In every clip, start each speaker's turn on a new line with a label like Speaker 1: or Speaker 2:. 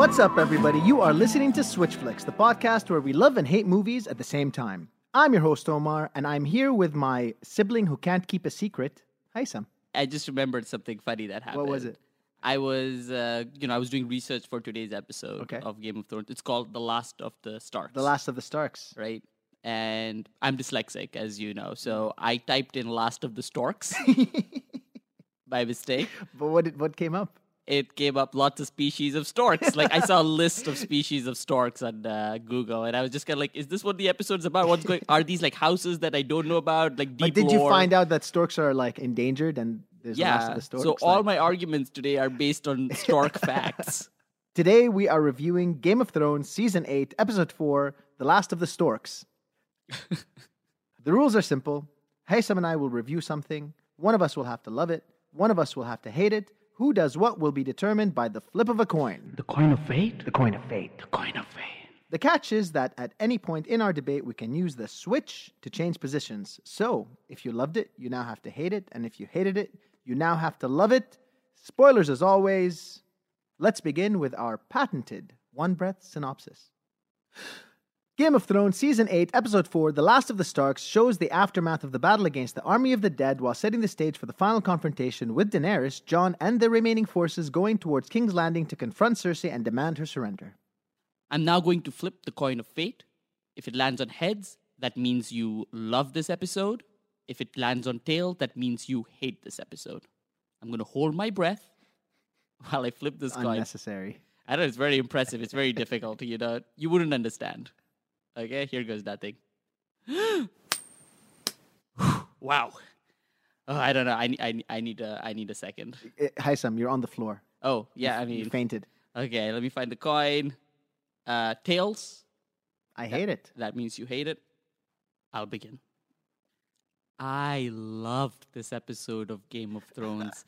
Speaker 1: What's up, everybody? You are listening to Switchflix, the podcast where we love and hate movies at the same time. I'm your host, Omar, and I'm here with my sibling who can't keep a secret. Hi, Sam.
Speaker 2: I just remembered something funny that happened.
Speaker 1: was it?
Speaker 2: I was, uh, you know, I was doing research for today's episode
Speaker 1: Okay.
Speaker 2: of Game of Thrones. It's called The Last of the Starks.
Speaker 1: The Last of the Starks.
Speaker 2: right? And I'm dyslexic, as you know, so
Speaker 1: Mm-hmm.
Speaker 2: I typed in "Last of the Storks" by mistake.
Speaker 1: But what, did, what came up?
Speaker 2: It gave up lots of species of storks. Like I saw a list of species of storks on uh, Google, and I was just kind of like, "Is this what the episode's about? What's going? Are these like houses that I don't know about? Like
Speaker 1: But
Speaker 2: deep
Speaker 1: did you
Speaker 2: lore?"
Speaker 1: find out that storks are like endangered and there's the Last of
Speaker 2: Yeah.
Speaker 1: the Storks?
Speaker 2: so all
Speaker 1: Like,
Speaker 2: my arguments today are based on stork facts.
Speaker 1: Today we are reviewing Game of Thrones Season 8, Episode 4, The Last of the Storks. the rules are simple. Haysam and I will review something. One of us will have to love it. One of us will have to hate it. Who does what will be determined by the flip of a coin.
Speaker 3: The coin of fate? The coin of fate. The coin of fate.
Speaker 1: The catch is that at any point in our debate, we can use the switch to change positions. So if you loved it, you now have to hate it. And if you hated it, you now have to love it. Spoilers as always. Let's begin with our patented one breath synopsis. Game of Thrones Season 8, Episode 4, The Last of the Starks shows the aftermath of the battle against the Army of the Dead while setting the stage for the final confrontation with Daenerys, Jon, and the remaining forces going towards King's Landing to confront Cersei and demand her surrender.
Speaker 2: I'm now going to flip the coin of fate. If it lands on heads, that means you love this episode. If it lands on tail, that means you hate this episode. I'm going to hold my breath while I flip this coin.
Speaker 1: Unnecessary.
Speaker 2: I know it's very impressive. It's very difficult. You know, you wouldn't understand. Okay, here goes nothing. wow. Oh, I don't know. I, ne- I, ne- I need a I need a second.
Speaker 1: Uh, Haysam, you're on the floor.
Speaker 2: Oh yeah, I
Speaker 1: You
Speaker 2: mean,
Speaker 1: fainted.
Speaker 2: okay. Let me find the coin. Uh, tails.
Speaker 1: I hate it.
Speaker 2: That means you hate it. I'll begin. I loved this episode of Game of Thrones.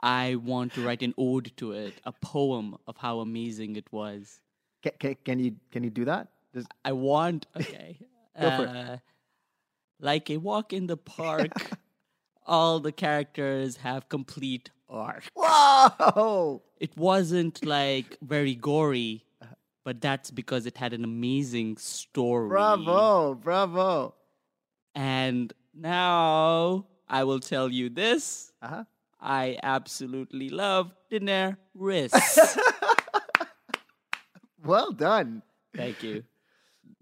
Speaker 2: I want to write an ode to it, a poem of how amazing it was.
Speaker 1: Can, can, can you can you do that? Does-
Speaker 2: I want, okay.
Speaker 1: Go for it.
Speaker 2: uh, Like a walk in the park, all the characters have complete arc.
Speaker 1: Whoa!
Speaker 2: It wasn't like very gory,
Speaker 1: Uh-huh.
Speaker 2: but that's because it had an amazing story.
Speaker 1: Bravo! Bravo!
Speaker 2: And now I will tell you this.
Speaker 1: Uh huh.
Speaker 2: I absolutely love Daenerys.
Speaker 1: Well done.
Speaker 2: Thank you.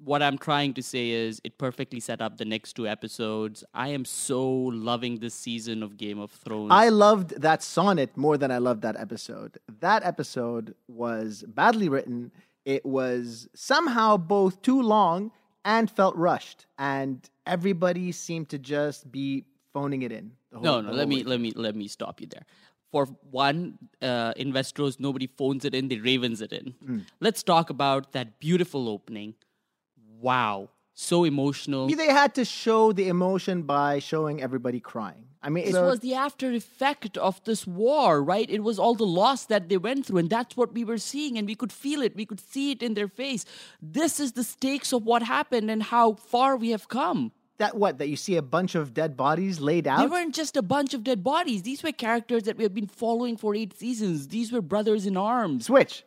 Speaker 2: What I'm trying to say is it perfectly set up the next two episodes. I am so loving this season of Game of Thrones.
Speaker 1: I loved that sonnet more than I loved that episode. That episode was badly written. It was somehow both too long and felt rushed, and everybody seemed to just be phoning it in. The whole,
Speaker 2: no,
Speaker 1: the
Speaker 2: no,
Speaker 1: whole
Speaker 2: let me
Speaker 1: way.
Speaker 2: let me let me stop you there. For one, uh, in Westeros, nobody phones it in; they ravens it in. Let's talk about that beautiful opening. Wow, so emotional.
Speaker 1: They had to show the emotion by showing everybody crying. I mean,
Speaker 2: It
Speaker 1: so-
Speaker 2: was the after effect of this war, right? It was all the loss that they went through, and that's what we were seeing, and we could feel it. We could see it in their face. This is the stakes of what happened and how far we have come.
Speaker 1: that what that you see a bunch of dead bodies laid
Speaker 2: They
Speaker 1: out
Speaker 2: weren't just a bunch of dead bodies. These were characters that we have been following for eight seasons. These were brothers in arms.
Speaker 1: switch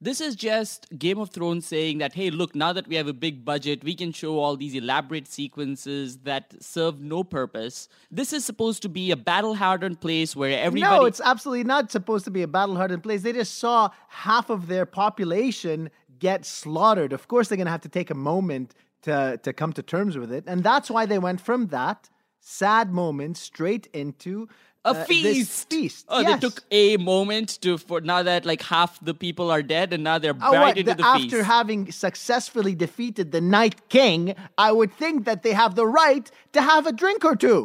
Speaker 2: This is just Game of Thrones saying that, hey, look, now that we have a big budget, we can show all these elaborate sequences that serve no purpose. This is supposed to be a battle hardened place where everybody.
Speaker 1: no it's absolutely not supposed to be a battle-hardened place they just saw half of their population get slaughtered of course they're going to have to take a moment to to come to terms with it and that's why they went from that sad moment straight into
Speaker 2: a
Speaker 1: uh,
Speaker 2: feast.
Speaker 1: this feast
Speaker 2: Oh,
Speaker 1: yes.
Speaker 2: they took a moment to for now that like half the people are dead and now they're
Speaker 1: Oh,
Speaker 2: buried
Speaker 1: what?
Speaker 2: into
Speaker 1: The-
Speaker 2: the
Speaker 1: after
Speaker 2: feast.
Speaker 1: having successfully defeated the Night King, I would think that they have the right to have a drink or two.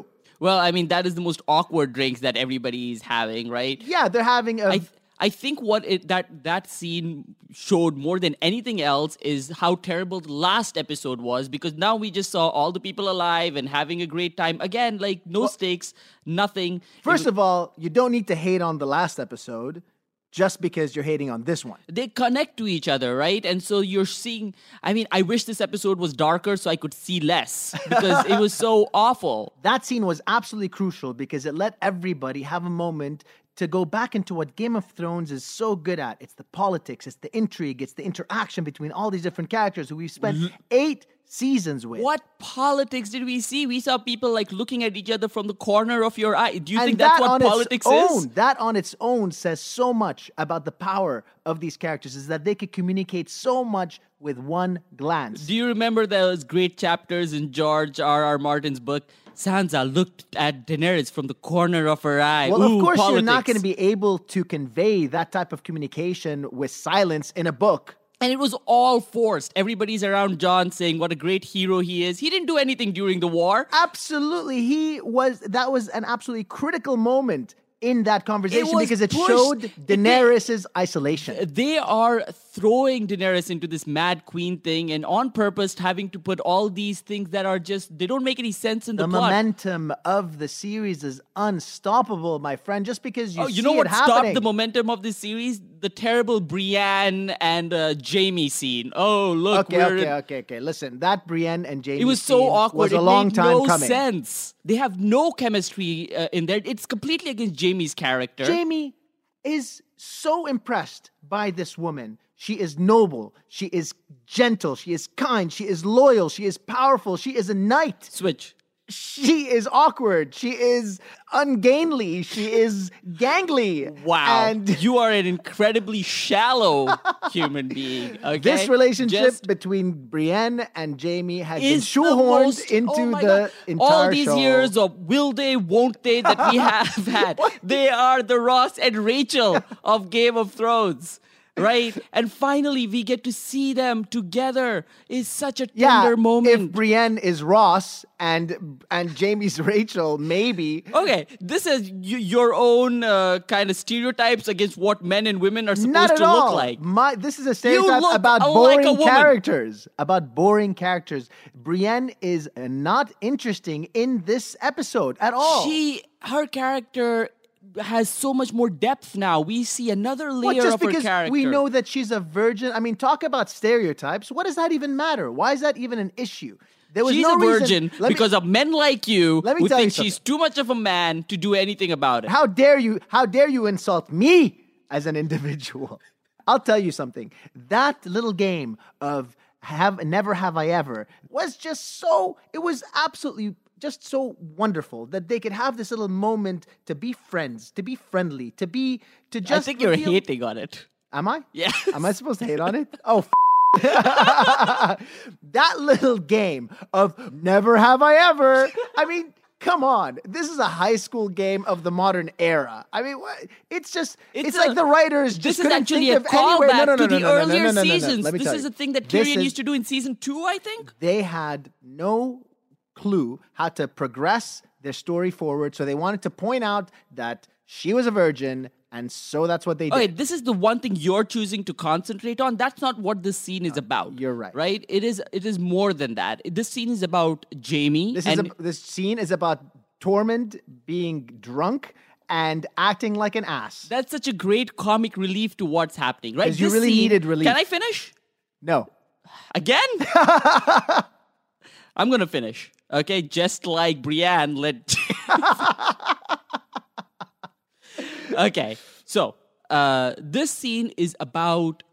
Speaker 2: well, I mean that is the most awkward drinks that everybody is having, right?
Speaker 1: Yeah, they're having a
Speaker 2: I I think what it that that scene showed more than anything else is how terrible the last episode was because now we just saw all the people alive and having a great time again, like no stakes, nothing.
Speaker 1: First of all, you don't need to hate on the last episode just because you're hating on this one.
Speaker 2: they connect to each other, right? And so you're seeing. I mean, I wish this episode was darker so I could see less because it was so awful.
Speaker 1: That scene was absolutely crucial because it let everybody have a moment to go back into what Game of Thrones is so good at. It's the politics, it's the intrigue, it's the interaction between all these different characters who we've spent eight seasons with.
Speaker 2: What politics did we see? We saw people like looking at each other from the corner of your eye. Do you
Speaker 1: and
Speaker 2: think
Speaker 1: that
Speaker 2: that's what
Speaker 1: on
Speaker 2: politics
Speaker 1: its own,
Speaker 2: is?
Speaker 1: that on its own says so much about the power of these characters is that they could communicate so much with one glance.
Speaker 2: Do you remember those great chapters in George R. R. Martin's book? Sansa looked at Daenerys from the corner of her eye.
Speaker 1: well,
Speaker 2: Ooh,
Speaker 1: of course, you're not
Speaker 2: politics.
Speaker 1: going to be able to convey that type of communication with silence in a book.
Speaker 2: And it was all forced. Everybody's around John saying what a great hero he is. He didn't do anything during the war.
Speaker 1: Absolutely, he was. That was an absolutely critical moment in that conversation
Speaker 2: was
Speaker 1: because it
Speaker 2: pushed.
Speaker 1: showed
Speaker 2: It did-
Speaker 1: Daenerys' isolation.
Speaker 2: They are throwing Daenerys into this mad queen thing and on purpose having to put all these things that are just, they don't make any sense in the,
Speaker 1: The
Speaker 2: plot.
Speaker 1: momentum of the series is unstoppable, my friend. Just because you
Speaker 2: Oh,
Speaker 1: see
Speaker 2: you know
Speaker 1: it
Speaker 2: what
Speaker 1: happening,
Speaker 2: stopped the momentum of this series? The terrible Brienne and uh, Jamie scene. Oh, look,
Speaker 1: Okay,
Speaker 2: we're
Speaker 1: okay, okay, okay. Listen, that Brienne and Jamie
Speaker 2: It was so
Speaker 1: scene
Speaker 2: awkward.
Speaker 1: Was a
Speaker 2: it
Speaker 1: long
Speaker 2: made
Speaker 1: time
Speaker 2: no
Speaker 1: coming.
Speaker 2: sense. They have no chemistry uh, in there. It's completely against Jamie's character.
Speaker 1: Jamie is so impressed by this woman. She is noble. She is gentle. She is kind. She is loyal. She is powerful. She is a knight.
Speaker 2: Switch.
Speaker 1: She is awkward. She is ungainly. She is gangly.
Speaker 2: Wow.
Speaker 1: And
Speaker 2: you are an incredibly shallow human being. Okay?
Speaker 1: this relationship
Speaker 2: Just
Speaker 1: between Brienne and Jamie has been
Speaker 2: is the
Speaker 1: shoehorned
Speaker 2: most-
Speaker 1: into
Speaker 2: oh my
Speaker 1: the
Speaker 2: God.
Speaker 1: entire
Speaker 2: all these
Speaker 1: show.
Speaker 2: years of will they won't they that we have had they are the ross and rachel of game of thrones right and finally we get to see them together is such a
Speaker 1: yeah,
Speaker 2: tender
Speaker 1: If
Speaker 2: moment
Speaker 1: Brienne is Ross and and Jamie's Rachel, maybe.
Speaker 2: Okay, this is y- your own uh, kind of stereotypes against what men and women are supposed
Speaker 1: Not at
Speaker 2: to
Speaker 1: all.
Speaker 2: look like.
Speaker 1: My this is a stereotype
Speaker 2: look
Speaker 1: about
Speaker 2: like a
Speaker 1: boring
Speaker 2: woman.
Speaker 1: characters. About boring characters. Brienne is uh, not interesting in this episode at all.
Speaker 2: She, her character has so much more depth now. We see another layer
Speaker 1: Well, just
Speaker 2: of her
Speaker 1: because
Speaker 2: character.
Speaker 1: we know that she's a virgin. I mean, talk about stereotypes. What does that even matter? Why is that even an issue? There was
Speaker 2: she's
Speaker 1: no
Speaker 2: a virgin
Speaker 1: reason. Let me-
Speaker 2: because of men like you
Speaker 1: Let me
Speaker 2: who
Speaker 1: tell you
Speaker 2: think she's too much of a man to do anything about it.
Speaker 1: How dare you? How dare you insult me as an individual? I'll tell you something. That little game of have never have I ever was just so it was absolutely just so wonderful that they could have this little moment to be friends, to be friendly, to be to
Speaker 2: I
Speaker 1: just
Speaker 2: think you're
Speaker 1: reveal-
Speaker 2: hating on it.
Speaker 1: Am I?
Speaker 2: Yes.
Speaker 1: Am I supposed to hate on it? Oh, f- that little game of never have I ever. I mean, come on. This is a high school game of the modern era. I mean, what? it's just, it's,
Speaker 2: It's
Speaker 1: like
Speaker 2: a-
Speaker 1: the writers
Speaker 2: This
Speaker 1: just
Speaker 2: is
Speaker 1: couldn't
Speaker 2: actually a
Speaker 1: think of anywhere. No, no,
Speaker 2: callback
Speaker 1: no, no,
Speaker 2: to
Speaker 1: no,
Speaker 2: the
Speaker 1: no, no,
Speaker 2: earlier
Speaker 1: no, no, no, no.
Speaker 2: seasons.
Speaker 1: Let me
Speaker 2: This
Speaker 1: tell
Speaker 2: is
Speaker 1: you.
Speaker 2: a thing that
Speaker 1: This
Speaker 2: Tyrion
Speaker 1: is-
Speaker 2: used to do in season two, I think.
Speaker 1: They had no clue how to progress their story forward, so they wanted to point out that she was a virgin, and so that's what they did.
Speaker 2: Okay, this is the one thing you're choosing to concentrate on. That's not what this scene is about.
Speaker 1: you're right.
Speaker 2: Right? It is it is more than that. This scene is about Jamie.
Speaker 1: This
Speaker 2: and
Speaker 1: is a, this scene is about Tormund being drunk and acting like an ass.
Speaker 2: that's such a great comic relief to what's happening, right?
Speaker 1: 'Cause you
Speaker 2: This
Speaker 1: really
Speaker 2: scene-
Speaker 1: needed relief.
Speaker 2: Can I finish?
Speaker 1: no,
Speaker 2: Again? I'm gonna finish. Okay, just like Brienne let. okay, so uh, this scene is about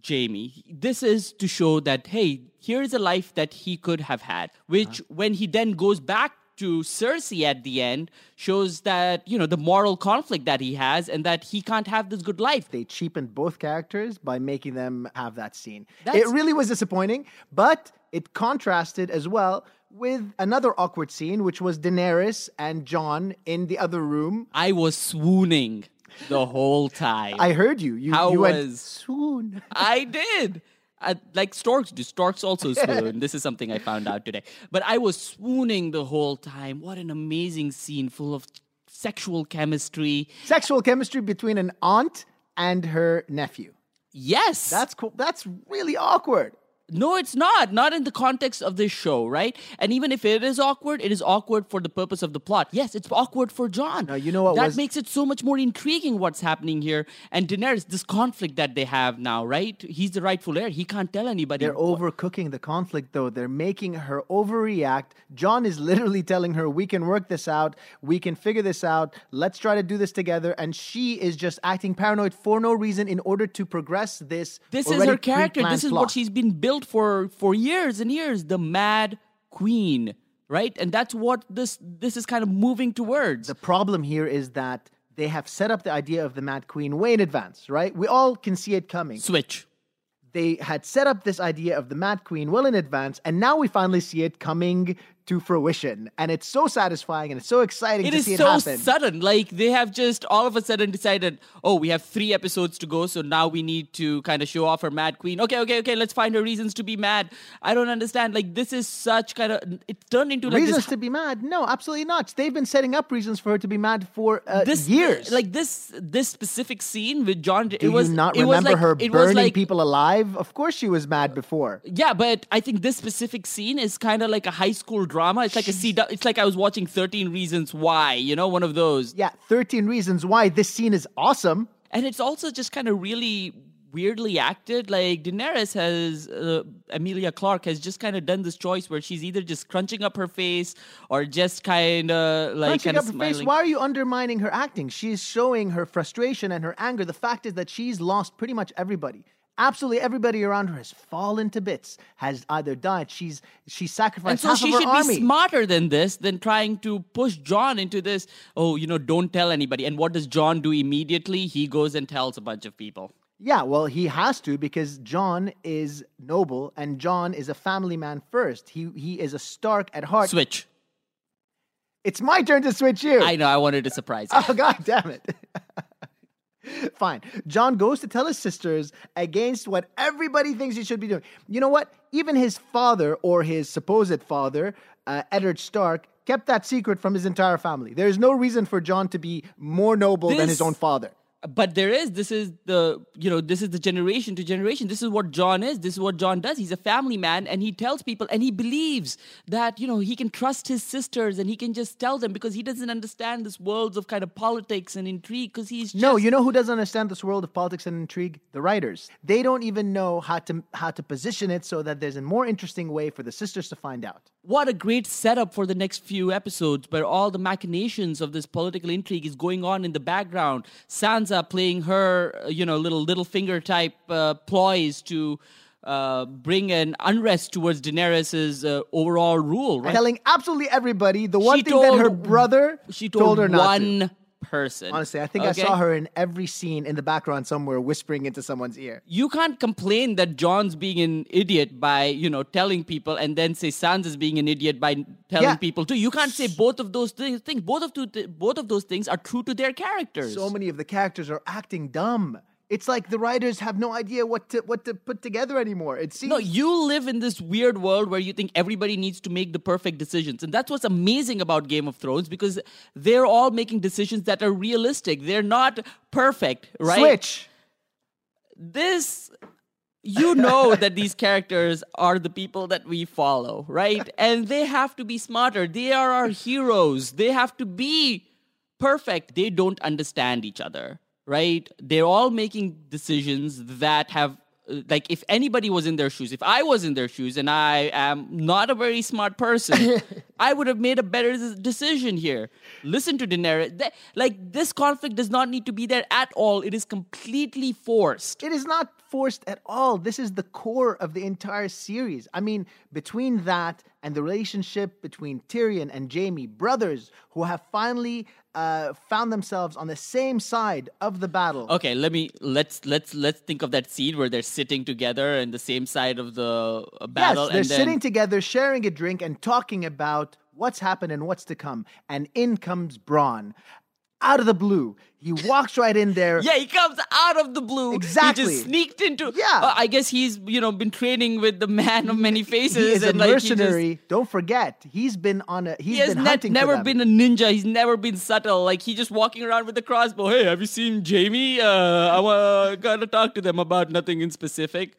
Speaker 2: Jamie. This is to show that hey, here is a life that he could have had, which when he then goes back to Cersei at the end shows that you know the moral conflict that he has and that he can't have this good life.
Speaker 1: they cheapened both characters by making them have that scene. it
Speaker 2: That's-
Speaker 1: really was disappointing, but it contrasted as well with another awkward scene, which was Daenerys and John in the other room.
Speaker 2: I was swooning the whole time.
Speaker 1: I heard you. You,
Speaker 2: How
Speaker 1: you went
Speaker 2: was-
Speaker 1: soon.
Speaker 2: I did. I, like storks do. Storks also swoon. this is something I found out today. But I was swooning the whole time. What an amazing scene full of sexual chemistry.
Speaker 1: Sexual chemistry between an aunt and her nephew.
Speaker 2: Yes.
Speaker 1: That's cool. That's really awkward.
Speaker 2: No, it's not. Not in the context of this show, right? And even if it is awkward, it is awkward for the purpose of the plot. Yes, it's awkward for John.
Speaker 1: No, you know what
Speaker 2: That
Speaker 1: was-
Speaker 2: makes it so much more intriguing what's happening here. And Daenerys, this conflict that they have now, right? He's the rightful heir. He can't tell anybody.
Speaker 1: They're overcooking the conflict, though. They're making her overreact. John is literally telling her, We can work this out. We can figure this out. Let's try to do this together. And she is just acting paranoid for no reason in order to progress this.
Speaker 2: This is
Speaker 1: already
Speaker 2: her character.
Speaker 1: pre-planned
Speaker 2: This is
Speaker 1: plot.
Speaker 2: what she's been built for for years and years. The mad queen, right? And that's what this this is kind of moving towards.
Speaker 1: The problem here is that they have set up the idea of the Mad Queen way in advance, right? We all can see it coming.
Speaker 2: Switch.
Speaker 1: They had set up this idea of the Mad Queen well in advance, and now we finally see it coming to fruition. And it's so satisfying and it's so exciting
Speaker 2: It
Speaker 1: to
Speaker 2: is
Speaker 1: see it
Speaker 2: so
Speaker 1: happen.
Speaker 2: sudden. Like they have just all of a sudden decided, oh, we have three episodes to go, so now we need to kind of show off her mad queen. Okay, okay, okay. Let's find her reasons to be mad. I don't understand. Like this is such kind of it turned into like
Speaker 1: reasons
Speaker 2: this
Speaker 1: to be mad? No, absolutely not. They've been setting up reasons for her to be mad for uh,
Speaker 2: this
Speaker 1: years.
Speaker 2: like this this specific scene with John.
Speaker 1: do
Speaker 2: it was
Speaker 1: you not
Speaker 2: it was
Speaker 1: remember
Speaker 2: like-
Speaker 1: her
Speaker 2: it was
Speaker 1: burning
Speaker 2: like-
Speaker 1: people alive? Of course, she was mad before.
Speaker 2: Yeah, but I think this specific scene is kind of like a high school drama. It's like a C. It's like I was watching Thirteen Reasons Why. You know, one of those.
Speaker 1: Yeah, thirteen reasons why this scene is awesome.
Speaker 2: And it's also just kind of really weirdly acted. Like Daenerys has uh, Amelia Clark has just kind of done this choice where she's either just crunching up her face or just kind of like
Speaker 1: Crunching
Speaker 2: kind of
Speaker 1: up her
Speaker 2: smiling.
Speaker 1: face. Why are you undermining her acting? She's showing her frustration and her anger. The fact is that she's lost pretty much everybody. Absolutely everybody around her has fallen to bits, has either died. She's she sacrificed
Speaker 2: and so
Speaker 1: half
Speaker 2: she
Speaker 1: of her
Speaker 2: should
Speaker 1: army.
Speaker 2: be smarter than this than trying to push john into this oh you know don't tell anybody and what does john do immediately he goes and tells a bunch of people
Speaker 1: Yeah, well, he has to because John is noble and John is a family man first. He he is a Stark at heart.
Speaker 2: switch
Speaker 1: It's my turn to switch you.
Speaker 2: i know i wanted to surprise you.
Speaker 1: Oh god damn it. Fine. John goes to tell his sisters against what everybody thinks he should be doing. You know what? Even his father or his supposed father, uh, Eddard Stark, kept that secret from his entire family. There is no reason for John to be more noble than his
Speaker 2: This-
Speaker 1: own father.
Speaker 2: but there is this is the you know this is the generation to generation this is what john is this is what john does he's a family man and he tells people and he believes that you know he can trust his sisters and he can just tell them because he doesn't understand this worlds of kind of politics and intrigue because he's just
Speaker 1: No, you know who doesn't understand this world of politics and intrigue? The writers. They don't even know how to how to position it so that there's a more interesting way for the sisters to find out.
Speaker 2: what a great setup for the next few episodes where all the machinations of this political intrigue is going on in the background sansa playing her uh, you know little little finger type uh, ploys to uh, bring an unrest towards daenerys's uh, overall rule right
Speaker 1: Telling absolutely everybody the one
Speaker 2: She
Speaker 1: thing that her
Speaker 2: told-
Speaker 1: brother
Speaker 2: she told,
Speaker 1: her not to.
Speaker 2: one person
Speaker 1: Honestly, I think I
Speaker 2: okay?
Speaker 1: saw her in every scene in the background somewhere whispering into someone's ear.
Speaker 2: you can't complain that John's being an idiot by you know telling people, and then say Sansa's being an idiot by telling
Speaker 1: Yeah.
Speaker 2: people too. You can't say both of those thi- things. Both of two thi- both of those things are true to their characters.
Speaker 1: So many of the characters are acting dumb. It's like the writers have no idea what to what to put together anymore. It seems
Speaker 2: no, you live in this weird world where you think everybody needs to make the perfect decisions. And that's what's amazing about Game of Thrones because they're all making decisions that are realistic. They're not perfect, right?
Speaker 1: switch.
Speaker 2: this you know that these characters are the people that we follow right and they have to be smarter they are our heroes they have to be perfect they don't understand each other right they're all making decisions that have uh, like if anybody was in their shoes if i was in their shoes and i am not a very smart person i would have made a better des- decision here listen to daenerys Th- like this conflict does not need to be there at all it is completely forced
Speaker 1: It is not forced at all. This is the core of the entire series. I mean, between that and the relationship between Tyrion and Jamie, brothers who have finally uh, found themselves on the same side of the battle.
Speaker 2: Okay, let me let's let's let's think of that scene where they're sitting together in the same side of the uh,
Speaker 1: Yes,
Speaker 2: battle.
Speaker 1: they're
Speaker 2: and then,
Speaker 1: sitting together, sharing a drink, and talking about what's happened and what's to come. And in comes Braun, out of the blue. He walks right in there.
Speaker 2: Yeah, he comes out of the blue. He
Speaker 1: Exactly.
Speaker 2: just sneaked into.
Speaker 1: Yeah.
Speaker 2: Uh, I guess he's you know been training with the man of many faces.
Speaker 1: he is a
Speaker 2: and like, he just-
Speaker 1: mercenary. Don't forget, he's been on a. He's
Speaker 2: He has
Speaker 1: been
Speaker 2: ne-
Speaker 1: hunting. for
Speaker 2: never
Speaker 1: them.
Speaker 2: been a ninja. He's never been subtle. Like he just walking around with the crossbow. Hey, have you seen Jamie? Uh, I wa- gotta talk to them about nothing in specific.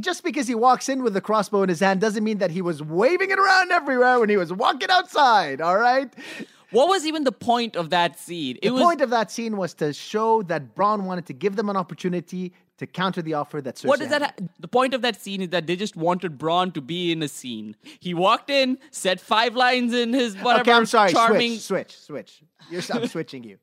Speaker 1: Just because he walks in with the crossbow in his hand doesn't mean that he was waving it around everywhere when he was walking outside, all right?
Speaker 2: What was even the point of that scene? It
Speaker 1: the
Speaker 2: was
Speaker 1: point of that scene was to show that Braun wanted to give them an opportunity to counter the offer that Cersei
Speaker 2: what does that?
Speaker 1: had.
Speaker 2: Ha- the point of that scene is that they just wanted Braun to be in a scene. He walked in, said five lines in his whatever
Speaker 1: Okay, I'm sorry.
Speaker 2: charming.
Speaker 1: Switch, switch, switch. You're, I'm switching you.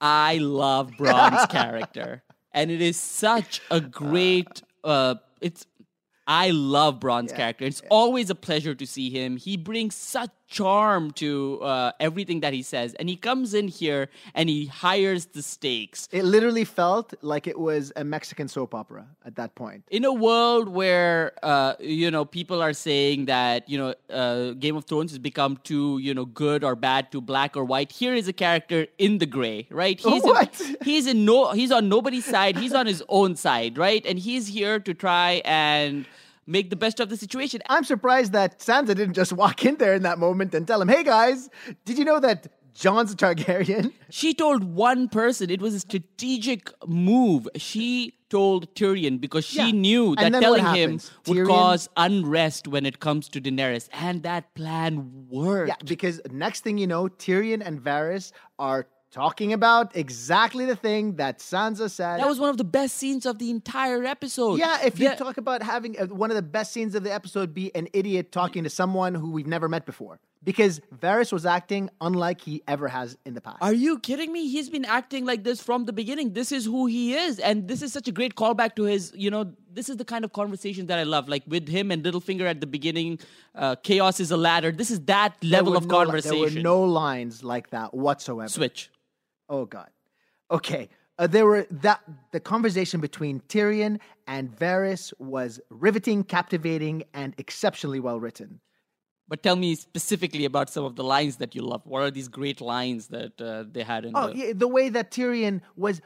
Speaker 2: I love Braun's character, and it is such a great. Uh, it's I love Braun's character. It's always a pleasure to see him. He brings such charm to uh, everything that he says, and he comes in here and he hires the stakes.
Speaker 1: It literally felt like it was a Mexican soap opera at that point.
Speaker 2: in a world where uh, you know people are saying that you know uh, Game of Thrones has become too you know good or bad, too black or white. Here is a character in the gray, right? He's
Speaker 1: What?
Speaker 2: In, he's in no, he's on nobody's side. He's on his own side, right? And he's here to try and make the best of the situation.
Speaker 1: I'm surprised that Sansa didn't just walk in there in that moment and tell him, "Hey guys, did you know that John's a Targaryen?"
Speaker 2: She told one person. It was a strategic move. She told Tyrion because she
Speaker 1: Yeah.
Speaker 2: knew
Speaker 1: And then
Speaker 2: that
Speaker 1: what
Speaker 2: telling him
Speaker 1: happens?
Speaker 2: would
Speaker 1: Tyrion-
Speaker 2: cause unrest when it comes to Daenerys, and that plan worked.
Speaker 1: Yeah, because next thing you know, Tyrion and Varys are talking about exactly the thing that Sansa said.
Speaker 2: That was one of the best scenes of the entire episode.
Speaker 1: yeah, if you
Speaker 2: The-
Speaker 1: talk about having uh, one of the best scenes of the episode be an idiot talking to someone who we've never met before, because Varys was acting unlike he ever has in the past.
Speaker 2: Are you kidding me? He's been acting like this from the beginning. This is who he is. And this is such a great callback to his, you know, this is the kind of conversation that I love. Like with him and Littlefinger at the beginning, uh, chaos is a ladder. This is that
Speaker 1: There
Speaker 2: level
Speaker 1: were
Speaker 2: of
Speaker 1: no li-
Speaker 2: conversation.
Speaker 1: There were no lines like that whatsoever.
Speaker 2: Switch.
Speaker 1: Oh God. Okay. Uh, there were that the conversation between Tyrion and Varys was riveting, captivating, and exceptionally well written.
Speaker 2: But tell me specifically about some of the lines that you love. What are these great lines that uh, they had in
Speaker 1: Oh,
Speaker 2: the...
Speaker 1: yeah, the way that Tyrion was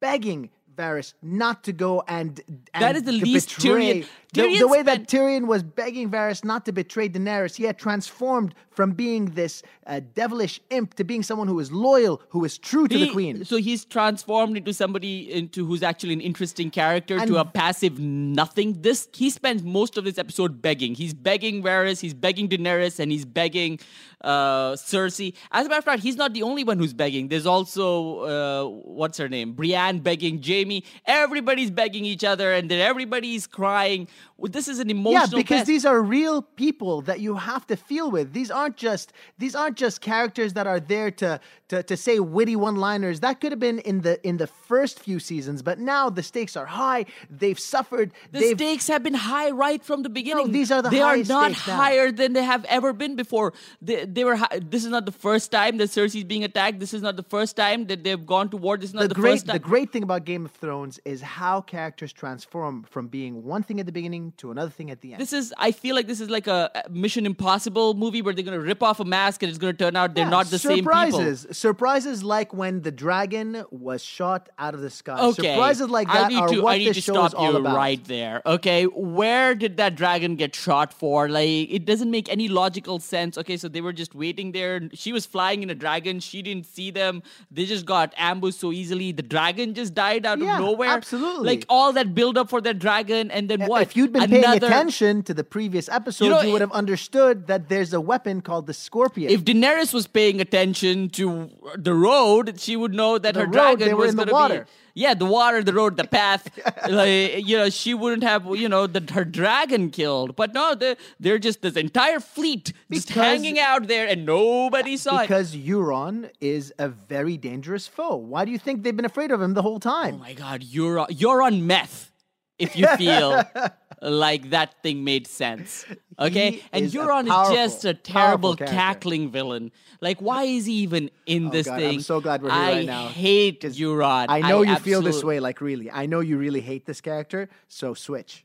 Speaker 1: begging Varys not to go and, and
Speaker 2: That is the
Speaker 1: to
Speaker 2: least
Speaker 1: betray-
Speaker 2: Tyrion-
Speaker 1: The, the
Speaker 2: Tyrion
Speaker 1: way that Tyrion was begging Varys not to betray Daenerys, he had transformed from being this uh, devilish imp to being someone who is loyal, who is true to the
Speaker 2: He-
Speaker 1: queen.
Speaker 2: So he's transformed into somebody into who's actually an interesting character
Speaker 1: And-
Speaker 2: to a passive nothing. This he spends most of this episode begging. He's begging Varys, he's begging Daenerys, and he's begging uh, Cersei. As a matter of fact, he's not the only one who's begging. There's also uh, what's her name, Brienne begging Jamie. Everybody's begging each other, and then everybody's crying. Well, this is an
Speaker 1: yeah
Speaker 2: emotional.
Speaker 1: because
Speaker 2: mess.
Speaker 1: these are real people that you have to feel with these aren't just these aren't just characters that are there to to, to say witty one liners that could have been in the in the first few seasons but now the stakes are high they've suffered
Speaker 2: The
Speaker 1: they've
Speaker 2: stakes have been high right from the beginning.
Speaker 1: these are the
Speaker 2: they are
Speaker 1: highest
Speaker 2: not
Speaker 1: stakes now.
Speaker 2: higher than they have ever been before. They, they were. High, this is not the first time that Cersei's being attacked. This is not the first time that they've gone to war. This is not
Speaker 1: the,
Speaker 2: the,
Speaker 1: great
Speaker 2: first time.
Speaker 1: the great thing about Game of Thrones is how characters transform from being one thing at the beginning to another thing at the end.
Speaker 2: this is. I feel like this is like a uh, Mission Impossible movie where they're going to rip off a mask and it's going to turn out they're
Speaker 1: Yeah,
Speaker 2: not the same people.
Speaker 1: surprises. Surprises like when the dragon was shot out of the sky.
Speaker 2: Okay.
Speaker 1: Surprises like
Speaker 2: I
Speaker 1: that
Speaker 2: need
Speaker 1: are
Speaker 2: to,
Speaker 1: what
Speaker 2: I need
Speaker 1: this
Speaker 2: to
Speaker 1: show
Speaker 2: stop
Speaker 1: is all
Speaker 2: you
Speaker 1: about.
Speaker 2: right there. Okay, where did that dragon get shot for? Like, it doesn't make any logical sense. Okay, so they were just waiting there. She was flying in a dragon. She didn't see them. They just got ambushed so easily. The dragon just died out
Speaker 1: Yeah,
Speaker 2: of nowhere.
Speaker 1: absolutely.
Speaker 2: Like all that build up for that dragon, and then what?
Speaker 1: If you'd been paying
Speaker 2: Another-
Speaker 1: attention to the previous episode, you,
Speaker 2: You know,
Speaker 1: would
Speaker 2: it-
Speaker 1: have understood that there's a weapon called the Scorpion.
Speaker 2: If Daenerys was paying attention to the road, she would know that
Speaker 1: The
Speaker 2: her
Speaker 1: road,
Speaker 2: dragon
Speaker 1: they were
Speaker 2: was
Speaker 1: in the
Speaker 2: going to
Speaker 1: water.
Speaker 2: be. Yeah, the water, the road, the path. like, you know, she wouldn't have, you know, the, her dragon killed. But no, they're, they're just this entire fleet just
Speaker 1: Because-
Speaker 2: hanging out there and nobody saw it.
Speaker 1: because Euron is a very dangerous foe. Why do you think they've been afraid of him the whole time?
Speaker 2: Oh my God, you're on, you're on meth if you feel like that thing made sense. Okay?
Speaker 1: He
Speaker 2: and
Speaker 1: is a
Speaker 2: you're on
Speaker 1: powerful,
Speaker 2: just a
Speaker 1: powerful
Speaker 2: terrible
Speaker 1: character. Oh
Speaker 2: cackling villain. Like, why is he even in this
Speaker 1: God, I'm
Speaker 2: thing?
Speaker 1: so glad we're here
Speaker 2: I
Speaker 1: right now,
Speaker 2: hate
Speaker 1: 'cause
Speaker 2: Euron.
Speaker 1: I know you feel this
Speaker 2: absolute-
Speaker 1: way, like really. I know you really hate this character, so switch.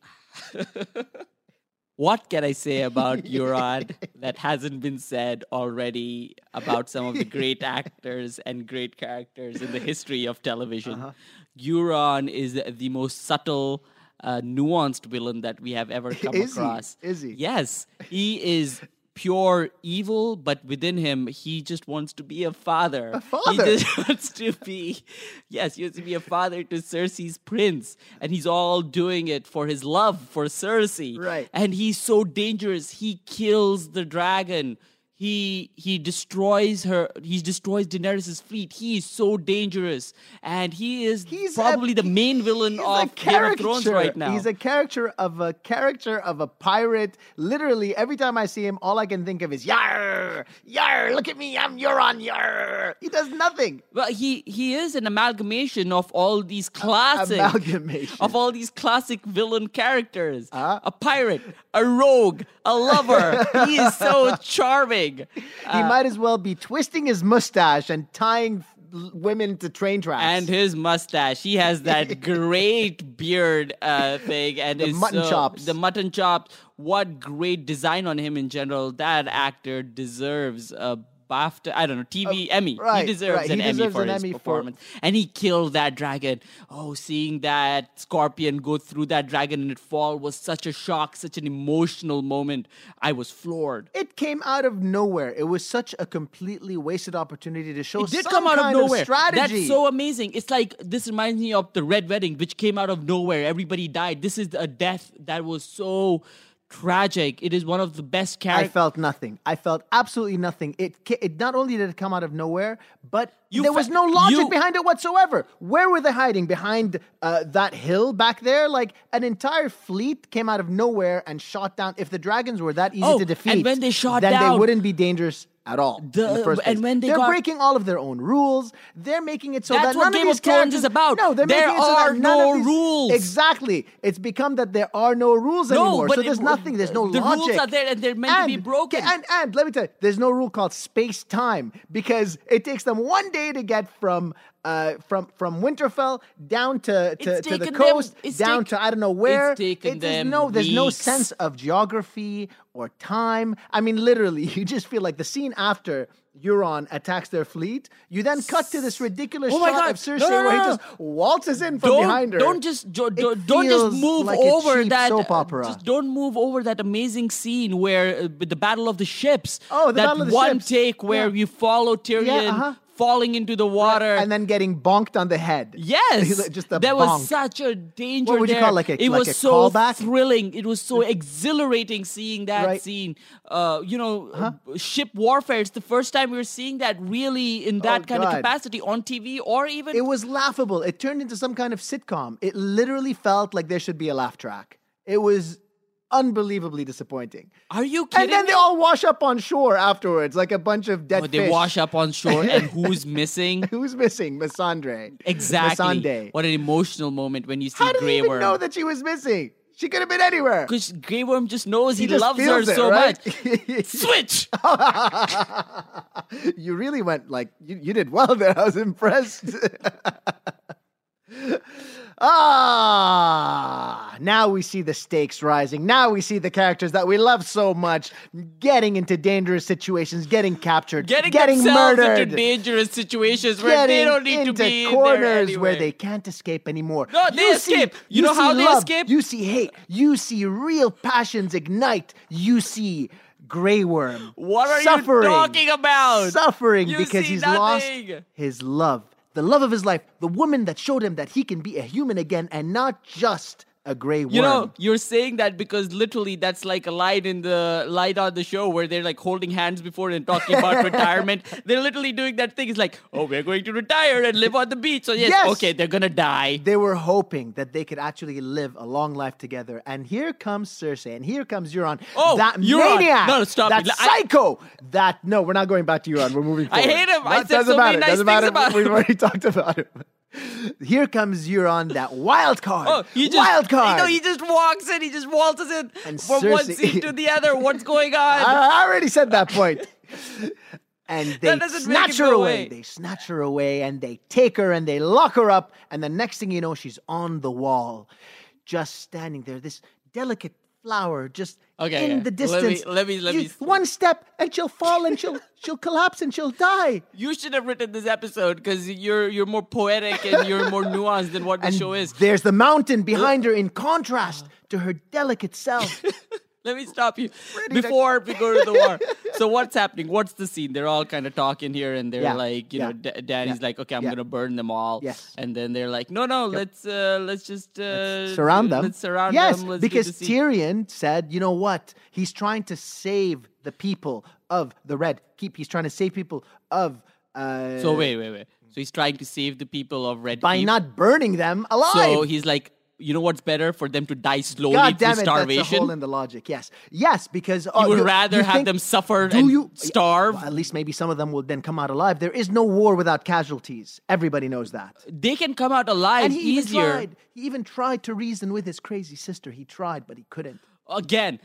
Speaker 2: What can I say about Euron that hasn't been said already about some of the great actors and great characters in the history of television?
Speaker 1: Uh-huh.
Speaker 2: Euron is the most subtle, uh, nuanced villain that we have ever come
Speaker 1: Is he?
Speaker 2: across.
Speaker 1: Is he?
Speaker 2: Yes, he is pure evil, but within him, he just wants to be a father. A
Speaker 1: father?
Speaker 2: He just wants to be, yes, he wants to be a father to Cersei's prince, and he's all doing it for his love for Cersei.
Speaker 1: Right.
Speaker 2: And he's so dangerous. He kills the dragon. He he destroys her. He destroys Daenerys' fleet. He is so dangerous, and he is
Speaker 1: He's a-
Speaker 2: probably the main villain
Speaker 1: He's a
Speaker 2: of Game of Thrones
Speaker 1: caricature.
Speaker 2: right now.
Speaker 1: He's a character of a character of a pirate. Literally, every time I see him, all I can think of is yar, yar. Look at me, I'm Euron, yar. He does nothing.
Speaker 2: Well, he he is an amalgamation of all these classic
Speaker 1: Amalgamation.
Speaker 2: of all these classic villain characters.
Speaker 1: Ah.
Speaker 2: A pirate, a rogue, a lover. he is so charming. uh,
Speaker 1: he might as well be twisting his mustache and tying l- women to train tracks.
Speaker 2: And his mustache. He has that great beard uh, thing and
Speaker 1: The
Speaker 2: is
Speaker 1: mutton
Speaker 2: so-
Speaker 1: chops.
Speaker 2: The mutton chops. What great design on him in general. That actor deserves a BAFTA. I don't know TV Emmy.
Speaker 1: Uh, right,
Speaker 2: he deserves
Speaker 1: right.
Speaker 2: an
Speaker 1: He
Speaker 2: Emmy
Speaker 1: deserves
Speaker 2: for
Speaker 1: an
Speaker 2: his
Speaker 1: Emmy for-
Speaker 2: performance. And he killed that dragon. Oh, seeing that scorpion go through that dragon and it fall was such a shock, such an emotional moment. I was floored.
Speaker 1: it came out of nowhere. It was such a completely wasted opportunity to show
Speaker 2: It did
Speaker 1: some
Speaker 2: come out of
Speaker 1: kind of
Speaker 2: nowhere.
Speaker 1: strategy.
Speaker 2: That's so amazing. It's like this reminds me of the Red Wedding, which came out of nowhere. Everybody died. This is a death that was so tragic. It is one of the best
Speaker 1: I
Speaker 2: characters.
Speaker 1: felt nothing. I felt absolutely nothing. It, ca- it not only did it come out of nowhere, but
Speaker 2: You
Speaker 1: there
Speaker 2: fe-
Speaker 1: was no logic
Speaker 2: you-
Speaker 1: behind it whatsoever. Where were they hiding behind uh, that hill back there? Like an entire fleet came out of nowhere and shot down. If the dragons were that easy
Speaker 2: Oh,
Speaker 1: to
Speaker 2: and
Speaker 1: defeat,
Speaker 2: when they shot
Speaker 1: then
Speaker 2: down-
Speaker 1: they wouldn't be dangerous at all. in the
Speaker 2: The-
Speaker 1: first
Speaker 2: and
Speaker 1: place.
Speaker 2: when they
Speaker 1: are
Speaker 2: got-
Speaker 1: breaking all of their own rules, they're making it so
Speaker 2: That's
Speaker 1: that
Speaker 2: what
Speaker 1: none
Speaker 2: Game
Speaker 1: of these
Speaker 2: of Thrones
Speaker 1: characters
Speaker 2: is about.
Speaker 1: No, they're
Speaker 2: There
Speaker 1: making it so
Speaker 2: are
Speaker 1: that none
Speaker 2: no
Speaker 1: of these,
Speaker 2: rules.
Speaker 1: Exactly, it's become that there are no rules
Speaker 2: No,
Speaker 1: anymore.
Speaker 2: but
Speaker 1: so there's
Speaker 2: it-
Speaker 1: nothing. There's no
Speaker 2: the rules
Speaker 1: logic.
Speaker 2: are there and they're meant to be broken.
Speaker 1: And and let me tell you, there's no rule called space time because it takes them one day to get from uh from from Winterfell down to to,
Speaker 2: It's
Speaker 1: to the
Speaker 2: taken them-
Speaker 1: coast,
Speaker 2: it's
Speaker 1: down
Speaker 2: taken-
Speaker 1: to I don't know where.
Speaker 2: it's taken
Speaker 1: It- there's
Speaker 2: them
Speaker 1: no there's no
Speaker 2: weeks.
Speaker 1: sense of geography or time. I mean, literally, you just feel like the scene after. Euron attacks their fleet. You then cut to this ridiculous
Speaker 2: Oh my
Speaker 1: shot
Speaker 2: God.
Speaker 1: of Cersei
Speaker 2: No, no,
Speaker 1: where he
Speaker 2: no, no.
Speaker 1: just waltzes in from
Speaker 2: don't,
Speaker 1: behind her.
Speaker 2: don't just jo- do,
Speaker 1: It
Speaker 2: don't
Speaker 1: feels
Speaker 2: just move
Speaker 1: like a
Speaker 2: over
Speaker 1: cheap
Speaker 2: that
Speaker 1: soap opera.
Speaker 2: Just don't move over that amazing scene where uh, with the battle of the ships.
Speaker 1: Oh, the
Speaker 2: that
Speaker 1: Battle of the
Speaker 2: one
Speaker 1: Ships.
Speaker 2: take where
Speaker 1: Yeah.
Speaker 2: you follow Tyrion
Speaker 1: uh-huh.
Speaker 2: falling into the water
Speaker 1: and then getting bonked on the head.
Speaker 2: Yes,
Speaker 1: just a
Speaker 2: there
Speaker 1: bonk.
Speaker 2: was such a danger.
Speaker 1: What would you
Speaker 2: there.
Speaker 1: call, like, a-
Speaker 2: It
Speaker 1: like
Speaker 2: was
Speaker 1: a
Speaker 2: so
Speaker 1: callback?
Speaker 2: thrilling. It was so exhilarating seeing that
Speaker 1: Right.
Speaker 2: scene. Uh, you know, uh, ship warfare. It's the first time we were seeing that really in that kind
Speaker 1: Oh, God.
Speaker 2: of capacity on TV or even.
Speaker 1: It was laughable. It turned into some kind of sitcom. It literally felt like there should be a laugh track. It was unbelievably disappointing.
Speaker 2: are you kidding?
Speaker 1: And then
Speaker 2: me?
Speaker 1: they all wash up on shore afterwards, like a bunch of dead
Speaker 2: Oh, they
Speaker 1: fish.
Speaker 2: wash up on shore, and who's missing?
Speaker 1: Who's missing? Missandre.
Speaker 2: Exactly.
Speaker 1: Missandei.
Speaker 2: What an emotional moment when you see
Speaker 1: How did
Speaker 2: Grey
Speaker 1: you even
Speaker 2: Worm.
Speaker 1: know that she was missing? She could have been anywhere.
Speaker 2: Because Grey Worm just knows he,
Speaker 1: He just
Speaker 2: loves her
Speaker 1: feels it,
Speaker 2: so
Speaker 1: right?
Speaker 2: much. Switch.
Speaker 1: you really went like you, you did well there. I was impressed. ah, now we see the stakes rising. Now we see the characters that we love so much getting into dangerous situations, getting captured,
Speaker 2: getting, themselves
Speaker 1: murdered.
Speaker 2: into dangerous situations where they
Speaker 1: getting
Speaker 2: don't need to
Speaker 1: into
Speaker 2: be in
Speaker 1: corners
Speaker 2: there
Speaker 1: where
Speaker 2: anyway.
Speaker 1: they can't escape anymore.
Speaker 2: No, they
Speaker 1: see-
Speaker 2: escape. You know
Speaker 1: see
Speaker 2: how they
Speaker 1: love,
Speaker 2: escape?
Speaker 1: You see hate. You see real passions ignite. You see Grey Worm.
Speaker 2: What are
Speaker 1: suffering,
Speaker 2: you talking about?
Speaker 1: Suffering
Speaker 2: You
Speaker 1: because
Speaker 2: see
Speaker 1: he's lost
Speaker 2: nothing.
Speaker 1: his love, the love of his life, the woman that showed him that he can be a human again and not just a Grey Worm.
Speaker 2: You know, you're saying that because literally that's like a line in the light on the show where they're like holding hands before and talking about retirement. They're literally doing that thing. It's like, oh, we're going to retire and live on the beach. So yes,
Speaker 1: Yes.
Speaker 2: okay, they're gonna die.
Speaker 1: they were hoping that they could actually live a long life together. And here comes Cersei, and here comes Euron.
Speaker 2: Oh,
Speaker 1: that
Speaker 2: Euron.
Speaker 1: maniac,
Speaker 2: No, no, stop
Speaker 1: that
Speaker 2: it. I-
Speaker 1: psycho, that no, we're not going back to Euron. We're moving.
Speaker 2: I
Speaker 1: Forward.
Speaker 2: hate him. I
Speaker 1: That
Speaker 2: said
Speaker 1: doesn't
Speaker 2: so many
Speaker 1: matter.
Speaker 2: nice
Speaker 1: doesn't
Speaker 2: things
Speaker 1: matter.
Speaker 2: about
Speaker 1: We've
Speaker 2: him.
Speaker 1: already talked about him. Here comes Euron, that wild card.
Speaker 2: Oh, he just
Speaker 1: wild card.
Speaker 2: No, he just walks in, he just waltzes in
Speaker 1: And
Speaker 2: from one
Speaker 1: Cersei-
Speaker 2: scene to the other. What's going on?
Speaker 1: I I already said that point. And they
Speaker 2: doesn't make
Speaker 1: snatch
Speaker 2: it
Speaker 1: her
Speaker 2: go
Speaker 1: away.
Speaker 2: away.
Speaker 1: They snatch her away and they take her and they lock her up. And the next thing you know, she's on the wall, just standing there, this delicate flower just
Speaker 2: Okay,
Speaker 1: in
Speaker 2: okay.
Speaker 1: the
Speaker 2: Let me-
Speaker 1: distance.
Speaker 2: let me- let
Speaker 1: You-
Speaker 2: me-
Speaker 1: One step and she'll fall and she'll she'll collapse and she'll die.
Speaker 2: You should have written this episode because you're you're more poetic and you're more nuanced than what the
Speaker 1: And
Speaker 2: show is.
Speaker 1: there's the mountain behind her in contrast to her delicate self.
Speaker 2: Let me stop you before we go to the war. So what's happening? What's the scene? They're all kind of talking here, and they're
Speaker 1: Yeah,
Speaker 2: like, you know,
Speaker 1: yeah,
Speaker 2: D- Danny's
Speaker 1: yeah,
Speaker 2: like, okay, I'm
Speaker 1: yeah.
Speaker 2: gonna burn them all.
Speaker 1: Yes.
Speaker 2: And then they're like, no, no, let's uh, let's just uh,
Speaker 1: surround them.
Speaker 2: Let's surround
Speaker 1: yes,
Speaker 2: them. Let's get
Speaker 1: because
Speaker 2: the scene.
Speaker 1: Tyrion said, you know what? He's trying to save the people of the Red Keep. He's trying to save people of. Uh,
Speaker 2: So wait, wait, wait. So he's trying to save the people of Red
Speaker 1: by
Speaker 2: Keep.
Speaker 1: not burning them alive.
Speaker 2: So he's like, you know what's better for them to die slowly
Speaker 1: God damn
Speaker 2: through
Speaker 1: it, that's a
Speaker 2: starvation.
Speaker 1: hole in the logic. Yes, yes, because oh,
Speaker 2: you would
Speaker 1: you-
Speaker 2: rather
Speaker 1: you
Speaker 2: have
Speaker 1: think-
Speaker 2: them suffer
Speaker 1: do
Speaker 2: and
Speaker 1: you-
Speaker 2: starve.
Speaker 1: Well, at least maybe some of them will then come out alive. There is no war without casualties. Everybody knows that.
Speaker 2: they can come out alive
Speaker 1: And he even
Speaker 2: easier.
Speaker 1: tried. He even tried to reason with his crazy sister. He tried, but he couldn't.
Speaker 2: Again,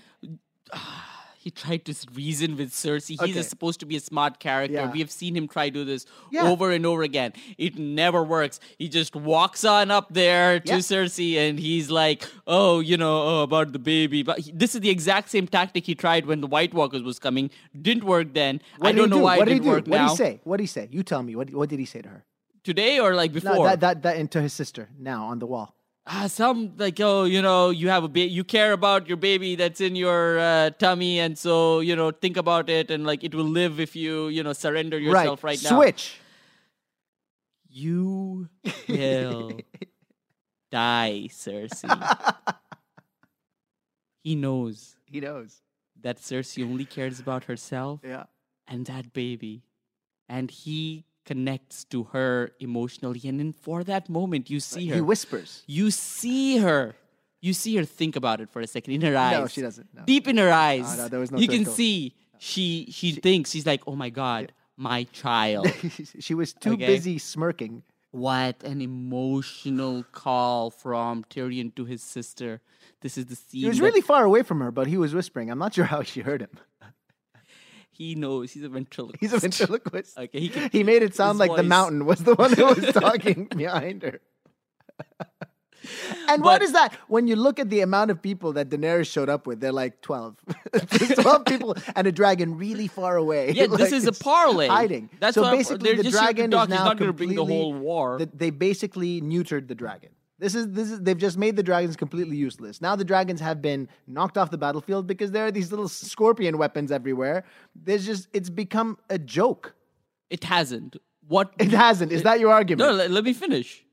Speaker 2: he tried to s- reason with Cersei. He's a-
Speaker 1: Okay.
Speaker 2: supposed to be a smart character.
Speaker 1: Yeah.
Speaker 2: We have seen him try do this
Speaker 1: Yeah.
Speaker 2: over and over again. It never works. He just walks on up there to
Speaker 1: Yeah.
Speaker 2: Cersei and he's like, "Oh, you know, oh, about the baby." But he- this is the exact same tactic he tried when the White Walkers was coming. Didn't work then.
Speaker 1: What
Speaker 2: I
Speaker 1: did
Speaker 2: don't
Speaker 1: he
Speaker 2: know
Speaker 1: do?
Speaker 2: why
Speaker 1: what
Speaker 2: it
Speaker 1: did he
Speaker 2: didn't
Speaker 1: do?
Speaker 2: work
Speaker 1: What did
Speaker 2: now.
Speaker 1: he say? What did he say? You tell me. What, what did he say to her?
Speaker 2: Today or like before?
Speaker 1: No, that, that, that, and to his sister now on the wall.
Speaker 2: Ah, some like oh you know you have a ba- you care about your baby that's in your uh, tummy and so you know think about it and like it will live if you you know surrender yourself right, now
Speaker 1: Switch.
Speaker 2: you will die cersei he knows
Speaker 1: He knows.
Speaker 2: that cersei only cares about herself
Speaker 1: Yeah.
Speaker 2: and that baby. And he connects to her emotionally. And then for that moment, you see her.
Speaker 1: He whispers.
Speaker 2: You see her. You see her think about it for a second in her eyes.
Speaker 1: she doesn't, no.
Speaker 2: Deep in her eyes.
Speaker 1: no, there Ah, was no
Speaker 2: you can
Speaker 1: circle.
Speaker 2: see she, she thinks, she's like, oh my God, my child.
Speaker 1: she was too
Speaker 2: Okay.
Speaker 1: busy smirking.
Speaker 2: What an emotional call from Tyrion to his sister. This is the scene.
Speaker 1: He was
Speaker 2: that
Speaker 1: really far away from her, but he was whispering. I'm not sure how she heard him.
Speaker 2: He knows he's a ventriloquist.
Speaker 1: He's a ventriloquist.
Speaker 2: Okay, he can-
Speaker 1: he made it sound
Speaker 2: his
Speaker 1: like the
Speaker 2: voice.
Speaker 1: mountain was the one who was talking behind her. And what
Speaker 2: But-
Speaker 1: is that? When you look at the amount of people that Daenerys showed up with, they're like 12. There's 12 people and a dragon really far away.
Speaker 2: Yeah,
Speaker 1: Like,
Speaker 2: this is a
Speaker 1: it's
Speaker 2: parlay.
Speaker 1: Hiding.
Speaker 2: That's
Speaker 1: so
Speaker 2: what I'm-
Speaker 1: basically,
Speaker 2: they're
Speaker 1: the
Speaker 2: just here to
Speaker 1: dragon
Speaker 2: talk.
Speaker 1: is
Speaker 2: He's
Speaker 1: now
Speaker 2: not gonna bring the
Speaker 1: completely-
Speaker 2: whole war.
Speaker 1: th- they basically neutered the dragon. This is this is they've just made the dragons completely useless. Now the dragons have been knocked off the battlefield because there are these little scorpion weapons everywhere. There's just it's become a joke.
Speaker 2: It hasn't. What
Speaker 1: It hasn't. Is that your argument?
Speaker 2: No, let, let me finish.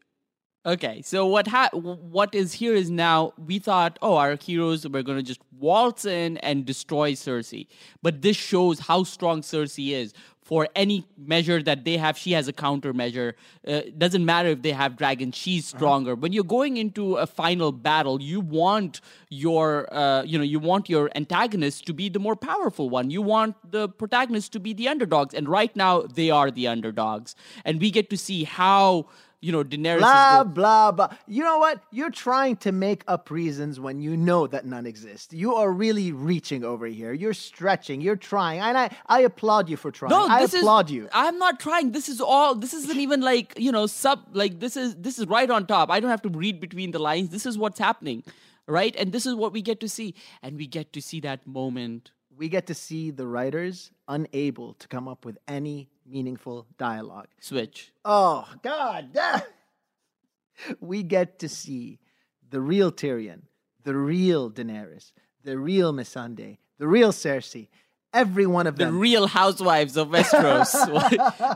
Speaker 2: Okay, so what ha- what is here is now we thought, oh, our heroes were going to just waltz in and destroy Cersei. But this shows how strong Cersei is. For any measure that they have, she has a countermeasure. Uh, doesn't matter if they have dragons; she's stronger. When you're going into a final battle, you want your, uh, you know, you want your antagonist to be the more powerful one. You want the protagonist to be the underdogs, and right now they are the underdogs, and we get to see how you know Daenerys. is
Speaker 1: blah
Speaker 2: go-
Speaker 1: blah blah. You know what? You're trying to make up reasons when you know that none exist. You are really reaching over here. You're stretching. You're trying, and I I applaud you for trying.
Speaker 2: no,
Speaker 1: I
Speaker 2: this
Speaker 1: applaud
Speaker 2: is,
Speaker 1: you.
Speaker 2: I'm not trying. This is all. This isn't even like you know sub. Like this is this is right on top. I don't have to read between the lines. This is what's happening, right? And this is what we get to see, and we get to see that moment.
Speaker 1: we get to see the writers unable to come up with any meaningful dialogue.
Speaker 2: Switch.
Speaker 1: Oh God! damn. we get to see the real Tyrion, the real Daenerys, the real Missandei, the real Cersei. Every one of
Speaker 2: The
Speaker 1: them
Speaker 2: Real Housewives of Westeros.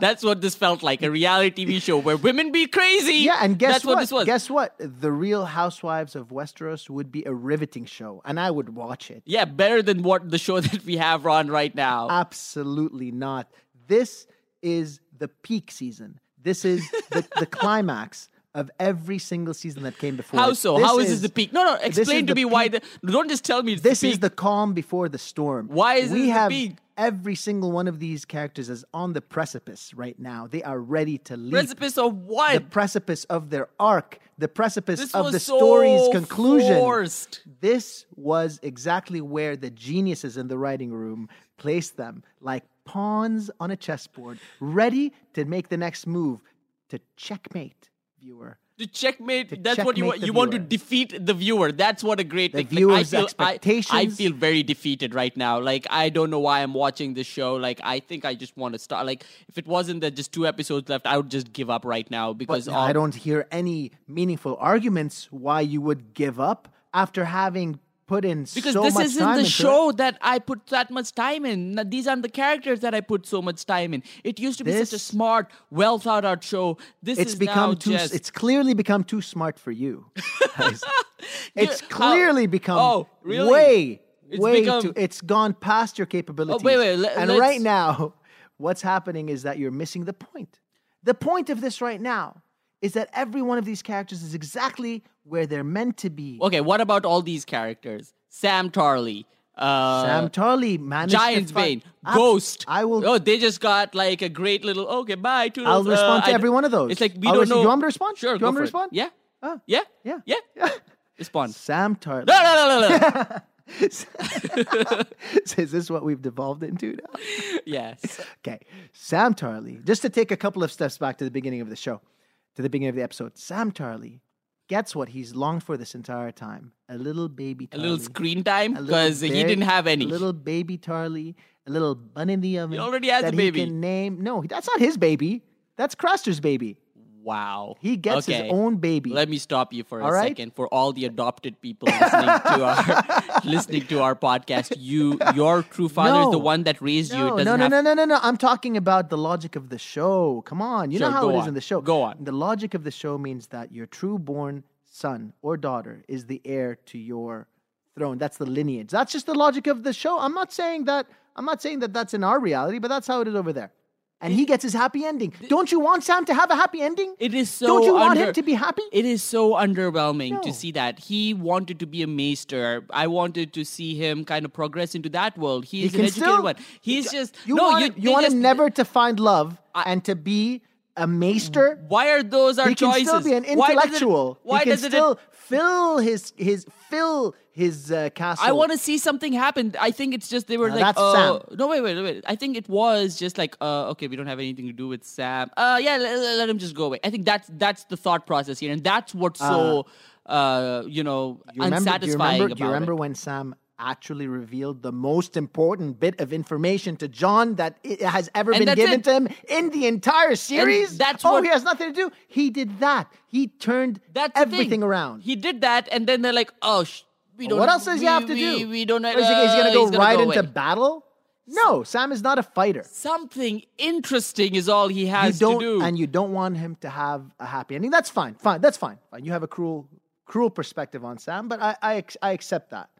Speaker 2: That's what this felt like a reality TV show where women be crazy.
Speaker 1: Yeah, and guess
Speaker 2: That's
Speaker 1: what?
Speaker 2: what this was.
Speaker 1: Guess what? The Real Housewives of Westeros would be a riveting show, and I would watch it.
Speaker 2: yeah, better than what the show that we have on right now.
Speaker 1: Uh, Absolutely not. This is the peak season. This is the, the climax of every single season that came before.
Speaker 2: how
Speaker 1: it.
Speaker 2: so?
Speaker 1: This
Speaker 2: How is, this the peak? No, no.
Speaker 1: this is
Speaker 2: Explain to
Speaker 1: the
Speaker 2: me why.
Speaker 1: peak.
Speaker 2: The, don't just tell me it's
Speaker 1: This
Speaker 2: the peak.
Speaker 1: is the calm before the storm.
Speaker 2: Why is
Speaker 1: we
Speaker 2: this the
Speaker 1: have
Speaker 2: peak?
Speaker 1: every single one of these characters is on the precipice right now. They are ready to leap.
Speaker 2: precipice of what?
Speaker 1: the precipice of their arc, the precipice
Speaker 2: This
Speaker 1: of
Speaker 2: was
Speaker 1: the
Speaker 2: so
Speaker 1: story's conclusion.
Speaker 2: forced.
Speaker 1: This was exactly where the geniuses in the writing room placed them, like pawns on a chessboard, ready to make the next move to checkmate viewer.
Speaker 2: to checkmate. that's what
Speaker 1: checkmate
Speaker 2: you want.
Speaker 1: the
Speaker 2: You want to
Speaker 1: viewer.
Speaker 2: defeat the viewer. That's what a great
Speaker 1: The
Speaker 2: technique. I
Speaker 1: viewer's
Speaker 2: feel, I- I,
Speaker 1: expectations.
Speaker 2: feel very defeated right now. Like I don't know why I'm watching this show. Like I think I just want to start. Like if it wasn't that just two episodes left, I would just give up right now because
Speaker 1: But
Speaker 2: all,
Speaker 1: I don't hear any meaningful arguments why you would give up after having put in
Speaker 2: Because
Speaker 1: so
Speaker 2: this
Speaker 1: much
Speaker 2: isn't
Speaker 1: time
Speaker 2: the
Speaker 1: into it.
Speaker 2: show that I put that much time in. N- These aren't the characters that I put so much time in. It used to be such a
Speaker 1: This-
Speaker 2: smart, well thought out show. This
Speaker 1: It's
Speaker 2: is
Speaker 1: become
Speaker 2: now
Speaker 1: too.
Speaker 2: Just,
Speaker 1: It's clearly become too smart for you. guys. it's
Speaker 2: how-
Speaker 1: clearly become
Speaker 2: Oh, really?
Speaker 1: way,
Speaker 2: It's
Speaker 1: way
Speaker 2: become-
Speaker 1: too.
Speaker 2: Oh,
Speaker 1: It's gone past your capabilities.
Speaker 2: wait, le-
Speaker 1: and
Speaker 2: let's-
Speaker 1: right now, what's happening is that you're missing the point. The point of this right now is that every one of these characters is exactly where they're meant to be.
Speaker 2: okay. What about all these characters? Sam Tarley. Uh,
Speaker 1: Sam Tarly managed to
Speaker 2: Giant's
Speaker 1: fi-
Speaker 2: Bane,
Speaker 1: Abs-
Speaker 2: Ghost.
Speaker 1: I will.
Speaker 2: Oh, they just got like a great little. Okay, bye. Toodles.
Speaker 1: I'll
Speaker 2: Uh,
Speaker 1: respond to
Speaker 2: I-
Speaker 1: every one of those.
Speaker 2: It's like we
Speaker 1: I'll
Speaker 2: don't
Speaker 1: res-
Speaker 2: know.
Speaker 1: You want me to respond?
Speaker 2: Sure.
Speaker 1: Do you
Speaker 2: go
Speaker 1: want me to
Speaker 2: for it.
Speaker 1: respond?
Speaker 2: Yeah.
Speaker 1: Oh,
Speaker 2: Yeah.
Speaker 1: yeah.
Speaker 2: Yeah. Respond.
Speaker 1: Sam Tarly.
Speaker 2: Oh. No, no, no, no, no.
Speaker 1: is this what we've devolved into now?
Speaker 2: yes.
Speaker 1: Okay. Sam Tarley, just to take a couple of steps back to the beginning of the show, to the beginning of the episode, Sam Tarley gets what he's longed for this entire time a little baby
Speaker 2: A
Speaker 1: Tarly.
Speaker 2: little screen time
Speaker 1: a little
Speaker 2: because he
Speaker 1: bear-
Speaker 2: didn't have any.
Speaker 1: A little baby Tarly, a little bun in the oven.
Speaker 2: already has a
Speaker 1: that
Speaker 2: baby.
Speaker 1: He can name. No, that's not his baby. That's Craster's baby.
Speaker 2: Wow.
Speaker 1: He gets
Speaker 2: Okay.
Speaker 1: his own baby.
Speaker 2: Let me stop you for
Speaker 1: All
Speaker 2: a
Speaker 1: right?
Speaker 2: second for all the adopted people listening to our listening to our podcast. You your true father is the
Speaker 1: No.
Speaker 2: one that raised you. It
Speaker 1: No,
Speaker 2: doesn't
Speaker 1: no, no,
Speaker 2: have
Speaker 1: no, no, no, no. I'm talking about the logic of the show. Come on. You
Speaker 2: Sure,
Speaker 1: know how
Speaker 2: go
Speaker 1: it is
Speaker 2: on.
Speaker 1: in the show.
Speaker 2: Go on.
Speaker 1: The logic of the show means that your true born son or daughter is the heir to your throne. That's the lineage. That's just the logic of the show. I'm not saying that I'm not saying that that's in our reality, but that's how it is over there. And he gets his happy ending. Don't you want Sam to have a happy ending?
Speaker 2: It is so
Speaker 1: Don't you want him
Speaker 2: under-
Speaker 1: to be happy?
Speaker 2: It is so underwhelming to
Speaker 1: No.
Speaker 2: see that. He wanted to be a maester. I wanted to see him kind of progress into that world. He's
Speaker 1: can
Speaker 2: an educated
Speaker 1: still-
Speaker 2: one. He's just
Speaker 1: you
Speaker 2: no,
Speaker 1: want,
Speaker 2: you,
Speaker 1: him- you
Speaker 2: they
Speaker 1: want
Speaker 2: just,
Speaker 1: him never to find love and to be a maester?
Speaker 2: Why are those our
Speaker 1: he can
Speaker 2: choices?
Speaker 1: still be an
Speaker 2: Why does it-
Speaker 1: intellectual.
Speaker 2: Why
Speaker 1: he can
Speaker 2: does it
Speaker 1: still fill his his fill his uh, castle.
Speaker 2: I want to see something happen. I think it's just they were
Speaker 1: Now
Speaker 2: like,
Speaker 1: that's
Speaker 2: uh,
Speaker 1: Sam.
Speaker 2: no, wait, wait, wait. I think it was just like, uh, okay, we don't have anything to do with Sam. Uh, yeah, let, let- let him just go away. I think that's that's the thought process here, and that's what's so, uh, you know,
Speaker 1: you remember, do you
Speaker 2: unsatisfying
Speaker 1: remember, do you
Speaker 2: about
Speaker 1: remember
Speaker 2: it.
Speaker 1: when Sam actually revealed the most important bit of information to John that it has ever
Speaker 2: And
Speaker 1: been
Speaker 2: that's
Speaker 1: given
Speaker 2: it.
Speaker 1: to him in the entire series?
Speaker 2: that's
Speaker 1: oh,
Speaker 2: what-
Speaker 1: he has nothing to do. He did that. He turned
Speaker 2: That's the thing.
Speaker 1: everything around.
Speaker 2: He did that, and then they're like, oh, sh- we don't.
Speaker 1: what else does he
Speaker 2: we,
Speaker 1: have to
Speaker 2: we-
Speaker 1: do?
Speaker 2: We don't. know.
Speaker 1: What is he- he's gonna
Speaker 2: uh,
Speaker 1: go
Speaker 2: he's
Speaker 1: right into
Speaker 2: away.
Speaker 1: battle. No, Sam is not a fighter.
Speaker 2: Something interesting is all he
Speaker 1: you
Speaker 2: has
Speaker 1: don't
Speaker 2: to do.
Speaker 1: and you don't want him to have a happy ending that's fine fine that's fine fine you have a cruel cruel perspective on sam but i i, ex- I accept that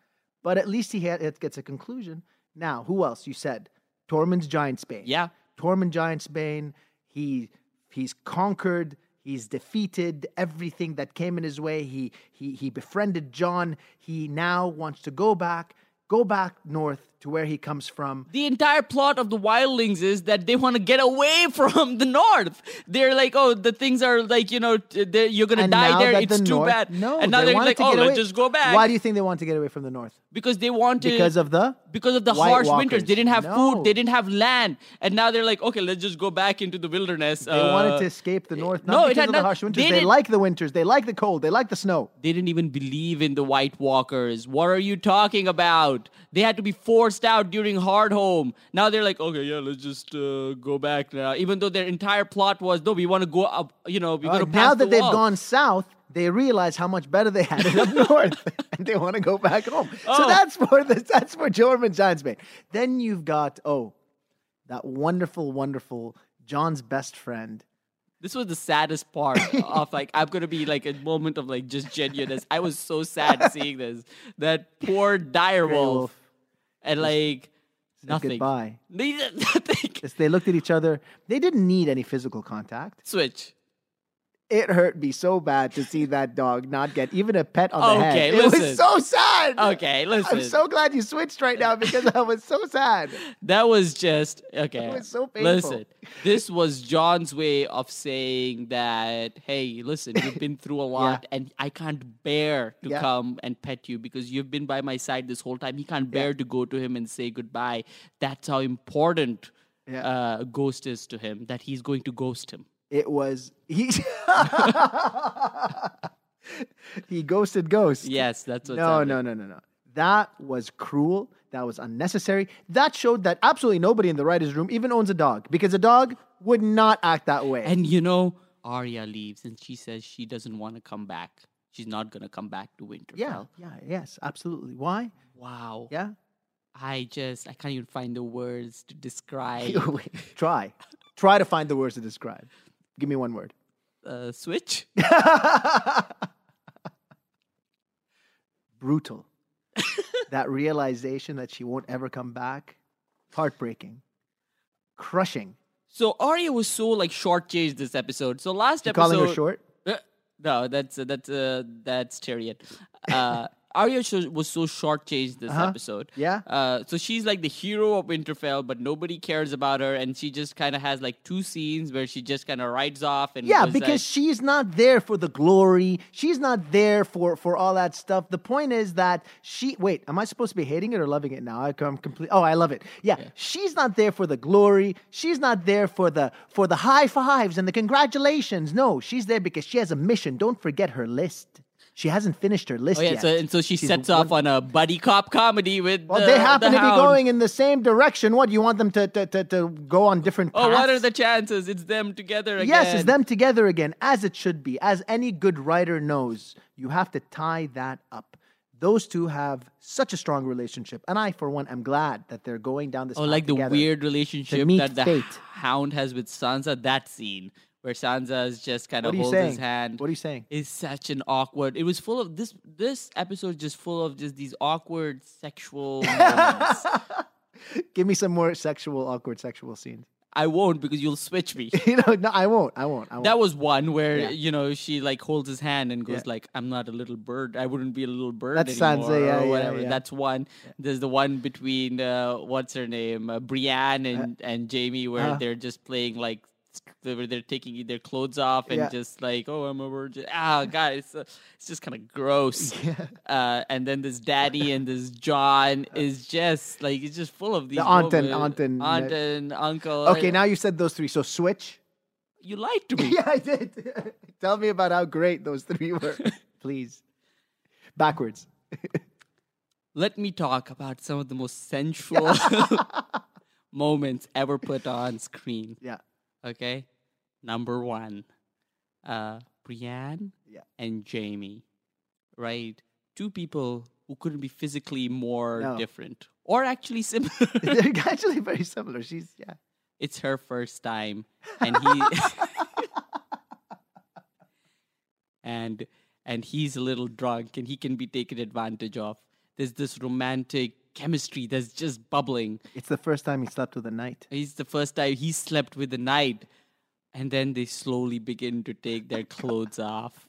Speaker 1: but at least he had, it gets a conclusion now who else you said tormund's giant's bane
Speaker 2: Yeah.
Speaker 1: tormund giant's bane he he's conquered he's defeated everything that came in his way he he he befriended john he now wants to go back go back north to where he comes from
Speaker 2: The entire plot of the Wildlings is that they want to get away from the North. They're like, oh, the things are like, you know, t- they're- you're gonna
Speaker 1: and
Speaker 2: die
Speaker 1: now
Speaker 2: there.
Speaker 1: that
Speaker 2: It's
Speaker 1: the
Speaker 2: too
Speaker 1: North-
Speaker 2: bad.
Speaker 1: No,
Speaker 2: and now
Speaker 1: they
Speaker 2: are
Speaker 1: wanted
Speaker 2: like,
Speaker 1: to
Speaker 2: oh,
Speaker 1: get
Speaker 2: let's
Speaker 1: away.
Speaker 2: just go back
Speaker 1: Why do you think they want to get away from the north?
Speaker 2: because they wanted
Speaker 1: Because of the
Speaker 2: because of the
Speaker 1: White
Speaker 2: harsh winters. They
Speaker 1: Walkers.
Speaker 2: didn't have food. They
Speaker 1: No.
Speaker 2: didn't have land. And now they're like, okay, let's just go back into the wilderness.
Speaker 1: they wanted to
Speaker 2: Uh,
Speaker 1: escape the north. Not
Speaker 2: no, it
Speaker 1: because
Speaker 2: had
Speaker 1: of
Speaker 2: not-
Speaker 1: the harsh winters.
Speaker 2: they
Speaker 1: They,
Speaker 2: didn't-
Speaker 1: like the winters. They like the cold. They like the snow.
Speaker 2: they didn't even believe in the White Walkers. What are you talking about? They had to be forced out during Hardhome. Now they're like, okay, yeah, let's just uh, go back now. Even though their entire plot was, no, we want to go up, you know, we're going to
Speaker 1: But
Speaker 2: pass
Speaker 1: Uh, now
Speaker 2: the
Speaker 1: that they've
Speaker 2: wall.
Speaker 1: gone south, they realize how much better they had it up north, and they want to go back home.
Speaker 2: Oh.
Speaker 1: So that's for the, that's for Jorman Giants Bane. Then you've got oh, that wonderful, wonderful John's best friend.
Speaker 2: This was the saddest part of like I'm gonna be like a moment of like just genuineness. I was so sad seeing this. That poor dire
Speaker 1: Grey
Speaker 2: wolf,
Speaker 1: Wolf
Speaker 2: and like nothing.
Speaker 1: goodbye.
Speaker 2: They did nothing.
Speaker 1: As They looked at each other. They didn't need any physical contact.
Speaker 2: Switch.
Speaker 1: It hurt me so bad to see that dog not get even a pet on the
Speaker 2: Okay,
Speaker 1: head. It
Speaker 2: listen.
Speaker 1: was so sad.
Speaker 2: Okay, listen.
Speaker 1: I'm so glad you switched right now because I was so sad.
Speaker 2: that was just okay.
Speaker 1: was so painful.
Speaker 2: Listen, this was John's way of saying that hey, listen, you've been through a lot, and I can't bear to
Speaker 1: Yeah.
Speaker 2: come and pet you because you've been by my side this whole time. He can't bear to go to him and say goodbye. That's how important
Speaker 1: Yeah.
Speaker 2: uh, Ghost is to him. That he's going to ghost him.
Speaker 1: It was he. he ghosted ghost.
Speaker 2: Yes, that's what's
Speaker 1: No, no, no, no, no. That was cruel. That was unnecessary. That showed that absolutely nobody in the writers' room even owns a dog because a dog would not act that way.
Speaker 2: And you know, Arya leaves and she says she doesn't want to come back. she's not gonna come back to Winterfell.
Speaker 1: Yeah, yeah, yes, absolutely. Why?
Speaker 2: Wow.
Speaker 1: Yeah,
Speaker 2: I just I can't even find the words to describe
Speaker 1: Wait, try, try to find the words to describe. Give me one word.
Speaker 2: uh, Switch.
Speaker 1: Brutal. that realization that she won't ever come back, heartbreaking, crushing.
Speaker 2: So Arya was so like shortchanged this episode. So last
Speaker 1: You
Speaker 2: episode,
Speaker 1: calling her short?
Speaker 2: Uh, no, that's uh, that's uh, that's Tyrion. Uh, Arya sho- was so shortchanged this episode.
Speaker 1: Uh-huh. Yeah.
Speaker 2: Uh, so she's like the hero of Winterfell, but nobody cares about her, and she just kind of has like two scenes where she just kind of rides off and
Speaker 1: Yeah,
Speaker 2: goes,
Speaker 1: because she's not there for the glory. She's not there for for all that stuff. The point is that she. Wait, am I supposed to be hating it or loving it now? I come complete. Oh, I love it. Yeah, she's not there for the glory. She's not there for the for the high fives and the congratulations. No, she's there because she has a mission. Don't forget her list. She hasn't finished her list
Speaker 2: like, oh yeah,
Speaker 1: yet.
Speaker 2: so, and so she
Speaker 1: She's
Speaker 2: sets
Speaker 1: one-
Speaker 2: off on a buddy cop comedy with.
Speaker 1: Well,
Speaker 2: the,
Speaker 1: they happen
Speaker 2: the
Speaker 1: to be
Speaker 2: Hound.
Speaker 1: going in the same direction. What you want them to to, to, to go on different? Paths?
Speaker 2: Oh, what are the chances? It's them together again.
Speaker 1: Yes, it's them together again, as it should be. As any good writer knows, you have to tie that up. Those two have such a strong relationship, and I, for one, am glad that they're going down this.
Speaker 2: Oh,
Speaker 1: path
Speaker 2: like the
Speaker 1: together.
Speaker 2: weird relationship
Speaker 1: meet
Speaker 2: that the
Speaker 1: fate.
Speaker 2: hound has with Sansa. That scene where Sansa is just kind
Speaker 1: What
Speaker 2: of
Speaker 1: are you
Speaker 2: holds
Speaker 1: saying?
Speaker 2: his hand
Speaker 1: What are you saying?
Speaker 2: is such an awkward. It was full of this. This episode is just full of just these awkward sexual moments.
Speaker 1: Give me some more sexual, awkward sexual scenes.
Speaker 2: I won't because you'll switch me.
Speaker 1: you know, no, I won't. I won't. I won't.
Speaker 2: That was one where
Speaker 1: Yeah.
Speaker 2: you know she like holds his hand and goes
Speaker 1: Yeah.
Speaker 2: like, "I'm not a little bird. I wouldn't be a little bird
Speaker 1: That's Sansa,
Speaker 2: anymore."
Speaker 1: yeah,
Speaker 2: or
Speaker 1: yeah,
Speaker 2: whatever.
Speaker 1: yeah.
Speaker 2: That's one. There's the one between uh, what's her name, uh, Brienne and and Jamie, where
Speaker 1: Uh-huh.
Speaker 2: they're just playing like they were- they're taking their clothes off and
Speaker 1: Yeah.
Speaker 2: just like, "Oh, I'm a virgin." Ah, God, it's uh, it's just kind of gross.
Speaker 1: Yeah. Uh,
Speaker 2: Uh, and then this daddy and this John is just like it's just full of these
Speaker 1: aunt and-
Speaker 2: moments.
Speaker 1: aunt and- uh,
Speaker 2: aunt and uncle.
Speaker 1: okay. Now you said those three. So switch.
Speaker 2: you lied to me.
Speaker 1: yeah, I did. Tell me about how great those three were, please. Backwards.
Speaker 2: let me talk about some of the most sensual moments ever put on screen.
Speaker 1: Yeah.
Speaker 2: Okay. Number one, uh, Brienne
Speaker 1: Yeah.
Speaker 2: and Jamie, right? Two people who couldn't be physically more
Speaker 1: No.
Speaker 2: different or actually similar.
Speaker 1: They're actually very similar. She's yeah.
Speaker 2: it's her first time. And he. and and he's a little drunk and he can be taken advantage of there's this romantic chemistry that's just bubbling
Speaker 1: It's the first time he slept with a knight.
Speaker 2: It's the first time he slept with a knight. And then they slowly begin to take their clothes off.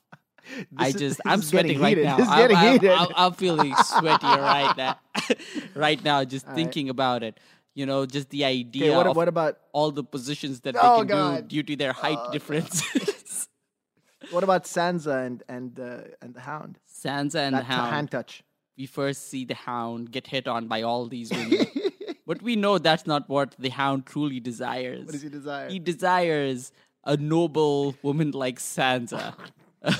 Speaker 1: This
Speaker 2: I
Speaker 1: is-
Speaker 2: just,
Speaker 1: this
Speaker 2: I'm
Speaker 1: is getting
Speaker 2: sweating right
Speaker 1: heated.
Speaker 2: now.
Speaker 1: This is
Speaker 2: I'm,
Speaker 1: getting
Speaker 2: I'm-
Speaker 1: heated.
Speaker 2: I'm- I'm feeling sweaty right now. right now, just thinking about it. You know, just the idea
Speaker 1: Okay, what,
Speaker 2: of
Speaker 1: what about
Speaker 2: all the positions that
Speaker 1: Oh,
Speaker 2: they can
Speaker 1: God.
Speaker 2: do due to their height differences.
Speaker 1: what about Sansa and and uh, and the Hound?
Speaker 2: Sansa and
Speaker 1: That
Speaker 2: the Hound.
Speaker 1: hand touch.
Speaker 2: we first see the hound get hit on by all these women. but we know that's not what the hound truly desires. What
Speaker 1: does he desire?
Speaker 2: He desires a noble woman like Sansa.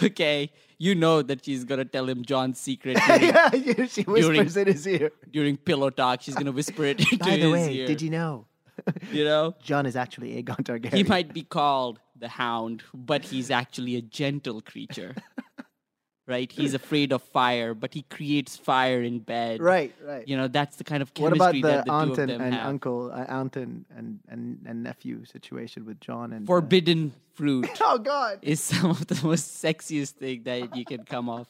Speaker 2: okay, you know that she's gonna tell him John's secret during,
Speaker 1: yeah, yeah, she whispers in his ear.
Speaker 2: during pillow talk. She's gonna whisper it into
Speaker 1: By the
Speaker 2: his
Speaker 1: way,
Speaker 2: ear.
Speaker 1: did you know
Speaker 2: you know,
Speaker 1: John is actually Aegon Targaryen?
Speaker 2: he might be called the hound, but he's actually a gentle creature. Right, he's afraid of fire, but he creates fire in bed.
Speaker 1: right, right.
Speaker 2: You know, that's the kind of
Speaker 1: what
Speaker 2: chemistry
Speaker 1: about the,
Speaker 2: that the
Speaker 1: aunt
Speaker 2: two of
Speaker 1: and,
Speaker 2: them
Speaker 1: and
Speaker 2: have.
Speaker 1: uncle, uh, aunt and, and and and nephew situation with John and uh,
Speaker 2: Forbidden fruit
Speaker 1: oh God!
Speaker 2: is some of the most sexiest thing that you can come off.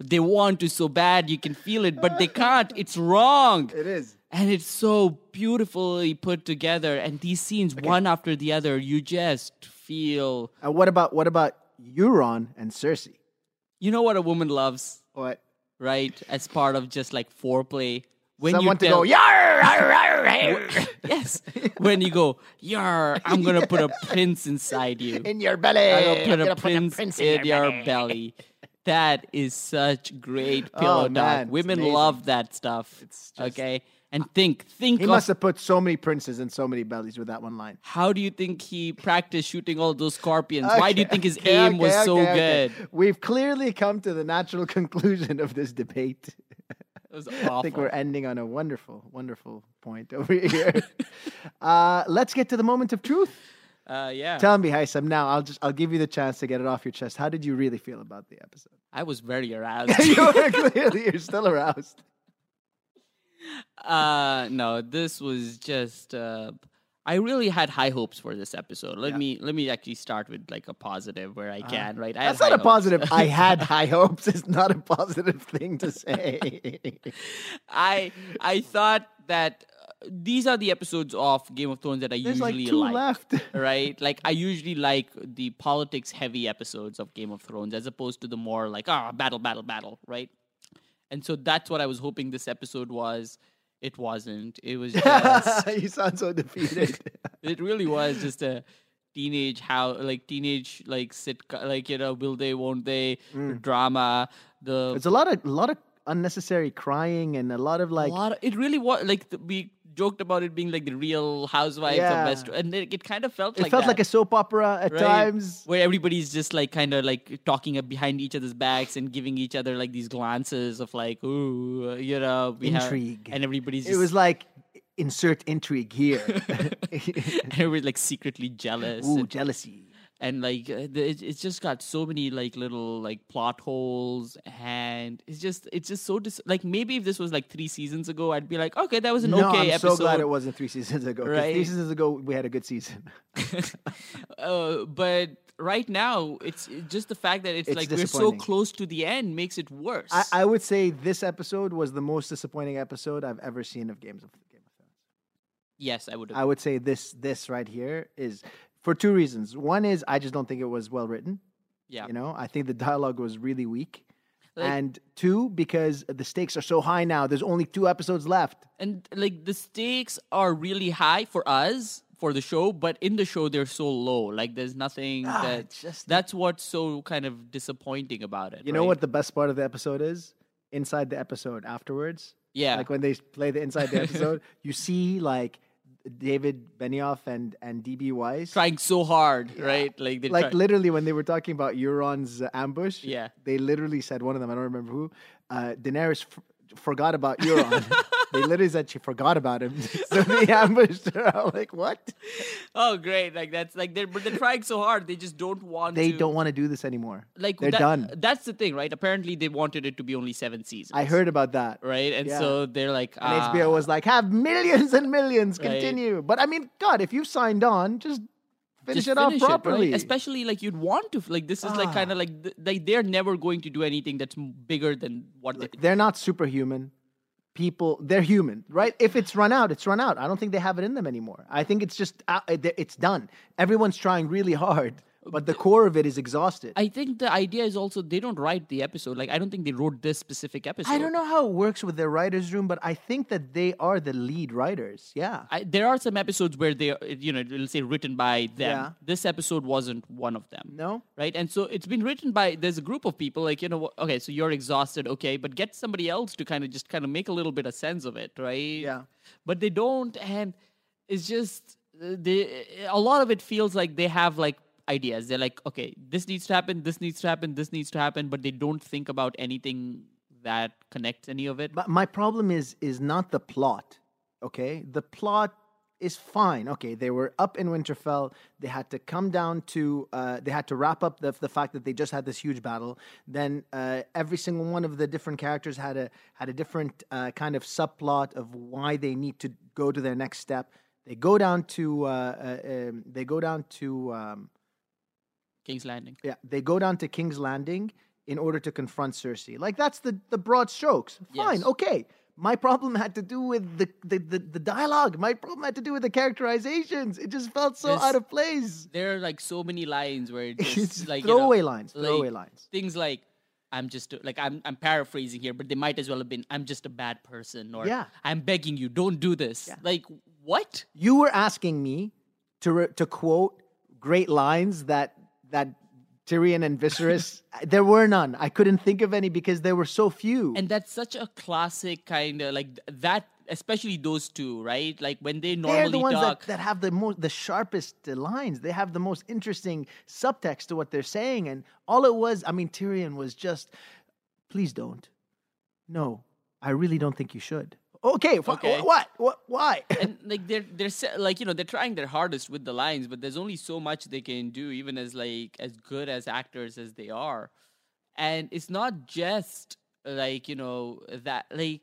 Speaker 2: They want to so bad, you can feel it, but they can't. It's wrong.
Speaker 1: It is.
Speaker 2: And it's so beautifully put together. And these scenes, one after the other, you just feel.
Speaker 1: And Uh, what about what about Euron and Cersei?
Speaker 2: You know what a woman loves,
Speaker 1: What?
Speaker 2: right? As part of just like foreplay. When
Speaker 1: Someone
Speaker 2: you
Speaker 1: to
Speaker 2: tell,
Speaker 1: go yar, yar, yar, yar,
Speaker 2: Yes. When you go, yar, I'm going to put a prince inside you.
Speaker 1: in your belly.
Speaker 2: I will put,
Speaker 1: I'm
Speaker 2: a
Speaker 1: gonna
Speaker 2: prince in, your belly. That is such great pillow
Speaker 1: Oh,
Speaker 2: talk.
Speaker 1: man, it's
Speaker 2: Women
Speaker 1: amazing.
Speaker 2: love that stuff.
Speaker 1: It's just-
Speaker 2: okay, and think, think
Speaker 1: He
Speaker 2: of
Speaker 1: must have put so many princes in so many bellies with that one line.
Speaker 2: how do you think he practiced shooting all those scorpions? Why do you
Speaker 1: Okay,
Speaker 2: think his
Speaker 1: okay,
Speaker 2: aim was
Speaker 1: okay,
Speaker 2: so
Speaker 1: okay, okay.
Speaker 2: good?
Speaker 1: We've clearly come to the natural conclusion of this debate.
Speaker 2: It was
Speaker 1: I think
Speaker 2: awful.
Speaker 1: we're ending on a wonderful, wonderful point over here. uh, let's get to the moment of truth.
Speaker 2: Uh, yeah.
Speaker 1: Tell me, Haisam, now I'll just I'll give you the chance to get it off your chest. How did you really feel about the episode?
Speaker 2: I was very aroused.
Speaker 1: you were clearly you're still aroused.
Speaker 2: uh, no, this was just. Uh, I really had high hopes for this episode. Let me let me actually start with like a positive where I can. Right, I had
Speaker 1: Uh-huh. That's not
Speaker 2: high
Speaker 1: a
Speaker 2: hopes.
Speaker 1: positive. I had high hopes. It's not a positive thing to say.
Speaker 2: I I thought that uh, these are the episodes of Game of Thrones that I
Speaker 1: There's like
Speaker 2: usually
Speaker 1: two
Speaker 2: like.
Speaker 1: left.
Speaker 2: right? Like I usually like the politics heavy episodes of Game of Thrones as opposed to the more like ah battle battle battle, right? And so that's what I was hoping this episode was. It wasn't. It was just
Speaker 1: you sound so defeated.
Speaker 2: it really was just a teenage how like teenage like sitcom like you know will they won't they
Speaker 1: Mm.
Speaker 2: drama the
Speaker 1: There's a lot of a lot of unnecessary crying and a lot of like
Speaker 2: a lot of- it really was like the, we joked about it being like the real housewives
Speaker 1: Yeah.
Speaker 2: of West and it, it kind of felt
Speaker 1: it
Speaker 2: like
Speaker 1: felt
Speaker 2: that,
Speaker 1: like a soap opera at
Speaker 2: right?
Speaker 1: times.
Speaker 2: where everybody's just like kind of like talking up behind each other's backs and giving each other like these glances of like ooh you know we have-
Speaker 1: Intrigue.
Speaker 2: and everybody's just
Speaker 1: It was like insert intrigue here.
Speaker 2: and everybody's like secretly jealous
Speaker 1: Ooh,
Speaker 2: and,
Speaker 1: jealousy.
Speaker 2: and, like uh, the, it, it's just got so many like little like plot holes and it's just it's just so dis- like maybe if this was like three seasons ago I'd be like okay that was an
Speaker 1: no,
Speaker 2: okay
Speaker 1: I'm
Speaker 2: episode
Speaker 1: so glad it wasn't three seasons ago. 'cause Three
Speaker 2: Right.
Speaker 1: seasons ago, we had a good season.
Speaker 2: uh, but right now it's it's just the fact that it's,
Speaker 1: It's
Speaker 2: like we're so
Speaker 1: disappointing.
Speaker 2: close to the end makes it worse
Speaker 1: I, I would say this episode was the most disappointing episode I've ever seen of Games of Game of Thrones.
Speaker 2: yes I would
Speaker 1: I would say this this right here is for two reasons. One is I just don't think it was well written.
Speaker 2: yeah
Speaker 1: You know, I think the dialogue was really weak.
Speaker 2: Like-
Speaker 1: and two, because the stakes are so high now, there's only two episodes left.
Speaker 2: and like the stakes are really high for us for the show but in the show they're so low like there's nothing
Speaker 1: Ah,
Speaker 2: that
Speaker 1: it's just-
Speaker 2: that's what's so kind of disappointing about it
Speaker 1: You know
Speaker 2: right?
Speaker 1: what the best part of the episode is? Inside the episode afterwards.
Speaker 2: yeah
Speaker 1: Like when they play the inside the episode, you see like David Benioff and and DB Weiss
Speaker 2: trying so hard right like they
Speaker 1: like
Speaker 2: try-
Speaker 1: literally when they were talking about Euron's uh, ambush,
Speaker 2: Yeah.
Speaker 1: they literally said one of them. I don't remember who. Uh, Daenerys f- forgot about Euron. they literally said she forgot about him, so they ambushed her. I'm like, what?
Speaker 2: oh great like that's like they're but they're trying so hard they just don't want
Speaker 1: They
Speaker 2: to-
Speaker 1: don't want to do this anymore.
Speaker 2: like
Speaker 1: they're
Speaker 2: that-
Speaker 1: done.
Speaker 2: that's the thing right apparently they wanted it to be only seven seasons
Speaker 1: I heard about that.
Speaker 2: right and
Speaker 1: Yeah.
Speaker 2: so they're like
Speaker 1: And
Speaker 2: ah,
Speaker 1: HBO was like, have millions and millions
Speaker 2: Right.
Speaker 1: continue. But I mean, God, if you signed on, just finish
Speaker 2: just
Speaker 1: it off
Speaker 2: finish right?
Speaker 1: properly. Ah.
Speaker 2: Especially like you'd want to f- like this is like kind of like th- like they're never going to do anything that's m- bigger than what they.
Speaker 1: they're not superhuman people they're human right if it's run out it's run out i don't think they have it in them anymore i think it's just out, it's done everyone's trying really hard but the core of it is exhausted I,
Speaker 2: I think the idea is also they don't write the episode. Like I don't think they wrote this specific episode.
Speaker 1: don't know how it works with their writers room but i think that they are the lead writers yeah
Speaker 2: I, there are some episodes where they, are, you know, it'll say written by them.
Speaker 1: Yeah.
Speaker 2: This episode wasn't one of them.
Speaker 1: no
Speaker 2: right? And so it's been written by there's a group of people like you know wh- okay, so you're exhausted, okay, but get somebody else to kind of just kind of make a little bit of sense of it, right?
Speaker 1: Yeah.
Speaker 2: But they don't, and it's just uh, they a lot of it feels like they have like ideas. They're like, okay, this needs to happen, this needs to happen, this needs to happen, but they don't think about anything that connects any of it.
Speaker 1: but my problem is is not the plot okay the plot is fine okay they were up in winterfell they had to come down to uh, they had to wrap up the, the fact that they just had this huge battle then uh, every single one of the different characters had a had a different uh, kind of subplot of why they need to go to their next step they go down to uh, uh, um, they go down to um,
Speaker 2: King's Landing.
Speaker 1: yeah, they go down to King's Landing in order to confront Cersei. Like that's the the broad strokes. Fine,
Speaker 2: Yes.
Speaker 1: okay. My problem had to do with the the, the the dialogue. My problem had to do with the characterizations. It just felt so
Speaker 2: This-
Speaker 1: out of place.
Speaker 2: There are like so many lines where it's,
Speaker 1: It's
Speaker 2: like you know,
Speaker 1: throwaway lines.
Speaker 2: like-
Speaker 1: Throwaway lines.
Speaker 2: things like I'm just a- like I'm I'm paraphrasing here, but they might as well have been I'm just a bad person or
Speaker 1: Yeah.
Speaker 2: I'm begging you, don't do this. Like what?
Speaker 1: You were asking me to re- to quote great lines that that Tyrion and Viserys. there were none. I couldn't think of any because there were so few.
Speaker 2: And that's such a classic kind of like th- that, especially those two, right? Like when they normally
Speaker 1: they're the ones
Speaker 2: talk.
Speaker 1: that, that have the most the sharpest uh, lines they have the most interesting subtext to what they're saying and all it was i mean tyrion was just please don't no i really don't think you should Okay, wh-
Speaker 2: Okay.
Speaker 1: wh- what? What? Why?
Speaker 2: and like they're they're se- like you know they're trying their hardest with the lines but there's only so much they can do even as like as good as actors as they are and it's not just like you know that like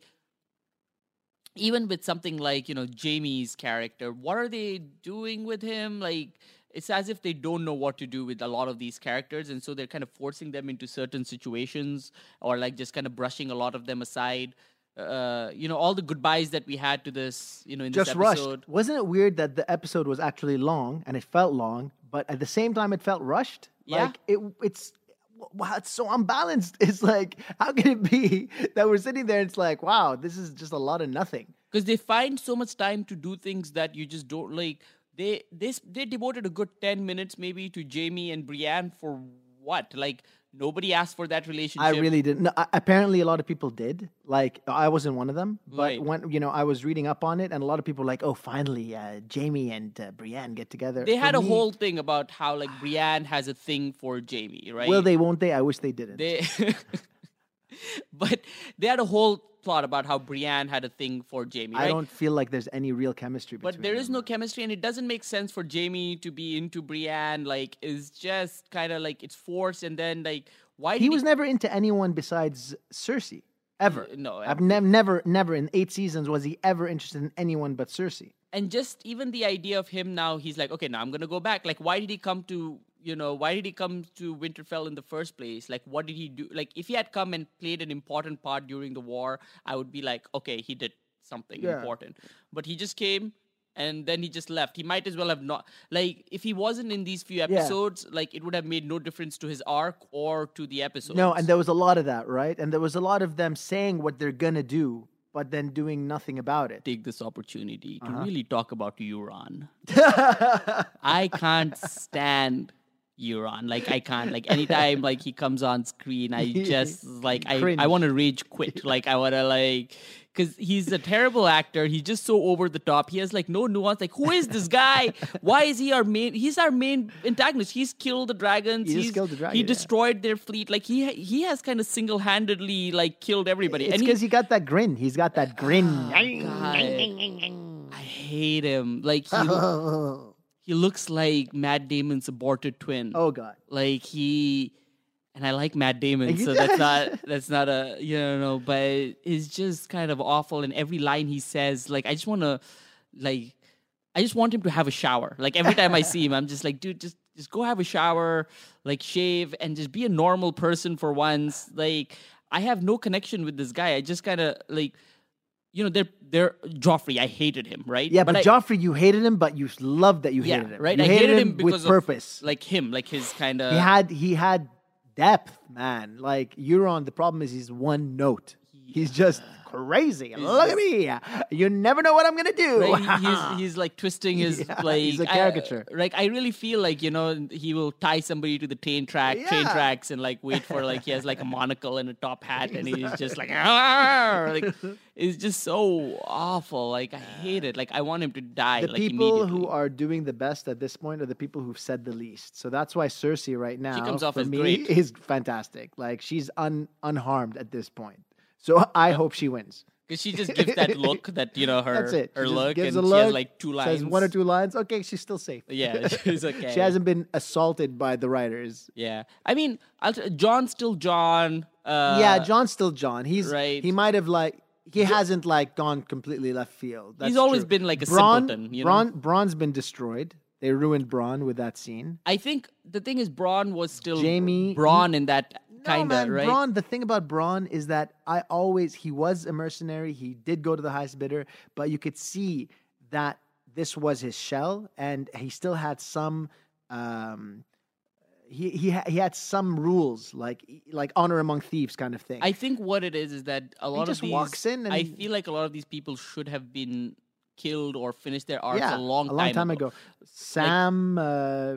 Speaker 2: even with something like you know Jamie's character what are they doing with him like it's as if they don't know what to do with a lot of these characters and so they're kind of forcing them into certain situations or like just kind of brushing a lot of them aside uh, you know all the goodbyes that we had to this you know in
Speaker 1: Just
Speaker 2: this episode
Speaker 1: rushed. Wasn't it weird that the episode was actually long and it felt long, but at the same time it felt rushed?
Speaker 2: Yeah.
Speaker 1: Like it, it's wow, it's so unbalanced. It's like how can it be that we're sitting there? and It's like wow, this is just a lot of nothing.
Speaker 2: because they find so much time to do things that you just don't like they this they devoted a good 10 minutes maybe to jamie and brienne for what like nobody asked for that relationship
Speaker 1: I really didn't. No, a- apparently, a lot of people did. Like, I wasn't one of them. But
Speaker 2: Right.
Speaker 1: when you know, I was reading up on it, and a lot of people were like, "Oh, finally, uh, Jamie and uh, Brienne get together."
Speaker 2: they
Speaker 1: For
Speaker 2: had a
Speaker 1: me,
Speaker 2: whole thing about how like brienne has a thing for jamie right
Speaker 1: Will they? Won't they? I wish they didn't.
Speaker 2: They, but they had a whole plot about how Brienne had a thing for Jamie.
Speaker 1: I
Speaker 2: right?
Speaker 1: don't feel like there's any real chemistry.
Speaker 2: but
Speaker 1: between
Speaker 2: there is
Speaker 1: them.
Speaker 2: no chemistry, and it doesn't make sense for Jamie to be into Brienne. Like, it's just kind of like it's forced, and then like why
Speaker 1: He
Speaker 2: did
Speaker 1: was never into anyone besides Cersei ever.
Speaker 2: no,
Speaker 1: I've nev- never, never in eight seasons was he ever interested in anyone but Cersei.
Speaker 2: and just even the idea of him now he's like okay now i'm gonna go back like why did he come to you know why did he come to winterfell in the first place like what did he do like if he had come and played an important part during the war i would be like okay he did something
Speaker 1: Yeah.
Speaker 2: important but he just came and then he just left he might as well have not like if he wasn't in these few episodes like it would have made no difference to his arc or to the episode
Speaker 1: No, and there was a lot of that, right? And there was a lot of them saying what they're gonna do, but then doing nothing about it. Uh-huh.
Speaker 2: take this opportunity to really talk about Euron. I can't stand Euron. Like I can't. Like anytime like he comes on screen, I just like I, I
Speaker 1: Cringe.
Speaker 2: want to rage quit. Like I want to like because he's a terrible actor. He's just so over the top. He has like no nuance. Like who is this guy? Why is he our main? He's our main antagonist. He's killed the dragons.
Speaker 1: He just
Speaker 2: he's-
Speaker 1: killed the dragon,
Speaker 2: He
Speaker 1: yeah.
Speaker 2: destroyed their fleet. Like he he has kind of single handedly like killed everybody.
Speaker 1: It's
Speaker 2: and he-
Speaker 1: because he got that grin. He's got that grin.
Speaker 2: God. I hate him. Like he, lo- he looks like Matt Damon's aborted twin.
Speaker 1: Oh God.
Speaker 2: Like he and I like Matt Damon,
Speaker 1: You
Speaker 2: so that's
Speaker 1: do?
Speaker 2: not that's not a you know no, but it's just kind of awful and every line he says, like I just wanna like I just want him to have a shower. Like every time I see him, I'm just like, dude, just just go have a shower, like shave, and just be a normal person for once. Like I have no connection with this guy. I just kind of like, you know, they're they're Joffrey. I hated him, right?
Speaker 1: Yeah, but,
Speaker 2: I,
Speaker 1: Joffrey, you hated him, but you loved that you
Speaker 2: yeah,
Speaker 1: hated him.
Speaker 2: right.
Speaker 1: You
Speaker 2: I hated, him,
Speaker 1: with
Speaker 2: because of,
Speaker 1: purpose.
Speaker 2: like him, like his kind of
Speaker 1: he had he had depth, man. Like Euron, the problem is he's one note. He's just crazy. Look at me. You never know what I'm gonna do.
Speaker 2: Right, he- he's, he's like twisting his
Speaker 1: Yeah,
Speaker 2: like
Speaker 1: he's a
Speaker 2: I-
Speaker 1: caricature.
Speaker 2: like I really feel like you know he will tie somebody to the train track, train
Speaker 1: Yeah.
Speaker 2: tracks, and like wait for like he has like a monocle and a top hat, and he's just like, "Arr!" like it's just so awful. Like I hate it. Like I want him to die.
Speaker 1: the
Speaker 2: like
Speaker 1: people
Speaker 2: immediately.
Speaker 1: who are doing the best at this point are the people who've said the least. So that's why Cersei right now
Speaker 2: comes off
Speaker 1: for
Speaker 2: as
Speaker 1: me
Speaker 2: great.
Speaker 1: is fantastic. Like she's un, unharmed at this point. So I hope she wins.
Speaker 2: because she just gives that look that you know her
Speaker 1: That's it. She
Speaker 2: her
Speaker 1: just
Speaker 2: look, and
Speaker 1: gives a
Speaker 2: she has
Speaker 1: look,
Speaker 2: like two lines.
Speaker 1: Says one or two lines. Okay, she's still safe.
Speaker 2: Yeah, she's okay.
Speaker 1: She hasn't been assaulted by the writers.
Speaker 2: Yeah, I mean, I'll t- John's still John. Uh,
Speaker 1: yeah, John's still John. He's
Speaker 2: right.
Speaker 1: He might have like he hasn't like gone completely left field. That's
Speaker 2: He's always
Speaker 1: true.
Speaker 2: been like a
Speaker 1: Bronn-
Speaker 2: simpleton, you know?
Speaker 1: Bronn, Bronn's been destroyed. They ruined Bronn with that scene.
Speaker 2: I think the thing is Braun was still
Speaker 1: Jamie-
Speaker 2: Braun in that
Speaker 1: no,
Speaker 2: kind of
Speaker 1: man,
Speaker 2: right.
Speaker 1: Braun. The thing about Braun is that I always he was a mercenary. He did go to the highest bidder, but you could see that this was his shell, and he still had some. Um, he he ha- he had some rules like e, like honor among thieves kind of thing.
Speaker 2: I think what it is is that a lot of
Speaker 1: just
Speaker 2: these,
Speaker 1: walks in
Speaker 2: I
Speaker 1: and-
Speaker 2: feel like a lot of these people should have been killed or finished their arcs
Speaker 1: yeah,
Speaker 2: a long time
Speaker 1: ago. Sam uh,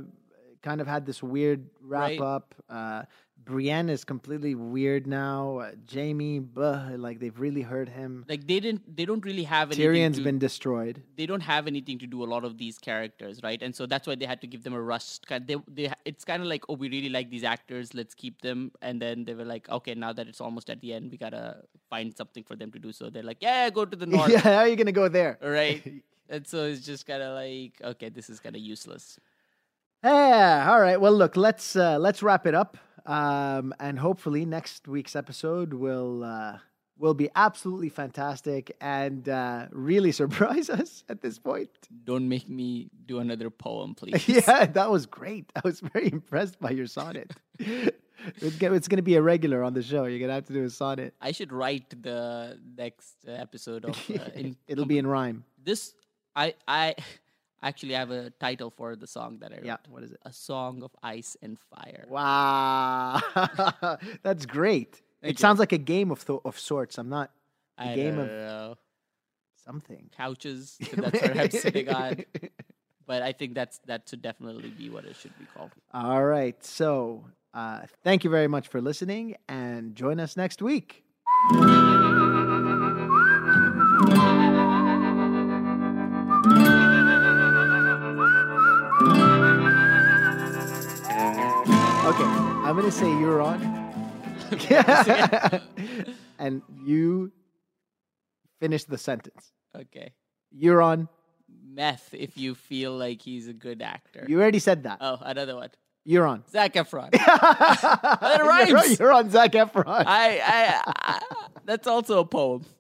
Speaker 1: kind of had this weird wrap
Speaker 2: Right.
Speaker 1: up. Uh, Brienne is completely weird now. Uh, Jamie, like they've really hurt him.
Speaker 2: Like they didn't. They don't really have anything.
Speaker 1: Tyrion's
Speaker 2: to-
Speaker 1: been destroyed.
Speaker 2: They don't have anything to do a lot of these characters, right? And so that's why they had to give them a rust. kind- They, they, it's kind of like, oh, we really like these actors. Let's keep them. And then they were like, okay, now that it's almost at the end, we gotta find something for them to do. So they're like, yeah, go to the north.
Speaker 1: yeah, how are you gonna go there?
Speaker 2: right? and so it's just kind of like, okay, this is kind of useless.
Speaker 1: Yeah, all right. Well, look, let's uh, let's wrap it up, um, and hopefully next week's episode will uh, will be absolutely fantastic and uh, really surprise us at this point.
Speaker 2: Don't make me do another poem, please.
Speaker 1: Yeah, that was great. I was very impressed by your sonnet. it's go- it's going to be a regular on the show. You're going to have to do a sonnet.
Speaker 2: I should write the next uh, episode of uh, in
Speaker 1: It'll be in rhyme.
Speaker 2: this. I I actually have a title for the song that I wrote.
Speaker 1: Yeah. What is it?
Speaker 2: A song of ice and fire.
Speaker 1: Wow, that's great. it
Speaker 2: Thank you.
Speaker 1: sounds like a game of th- of sorts. I'm not
Speaker 2: I
Speaker 1: game
Speaker 2: don't
Speaker 1: of-
Speaker 2: know.
Speaker 1: something.
Speaker 2: couches. so That's what I'm sitting on. But I think that's that should definitely be what it should be called.
Speaker 1: All right. So uh, thank you very much for listening and join us next week. Okay, I'm gonna say you're on.
Speaker 2: Uh,
Speaker 1: and you finish the sentence.
Speaker 2: Okay.
Speaker 1: You're on.
Speaker 2: Meth, if you feel like he's a good actor.
Speaker 1: You already said that.
Speaker 2: oh, another one.
Speaker 1: You're on.
Speaker 2: Zac Efron.
Speaker 1: that
Speaker 2: rhymes.
Speaker 1: You're, you're on Zac Efron.
Speaker 2: I, I, I that's also a poem.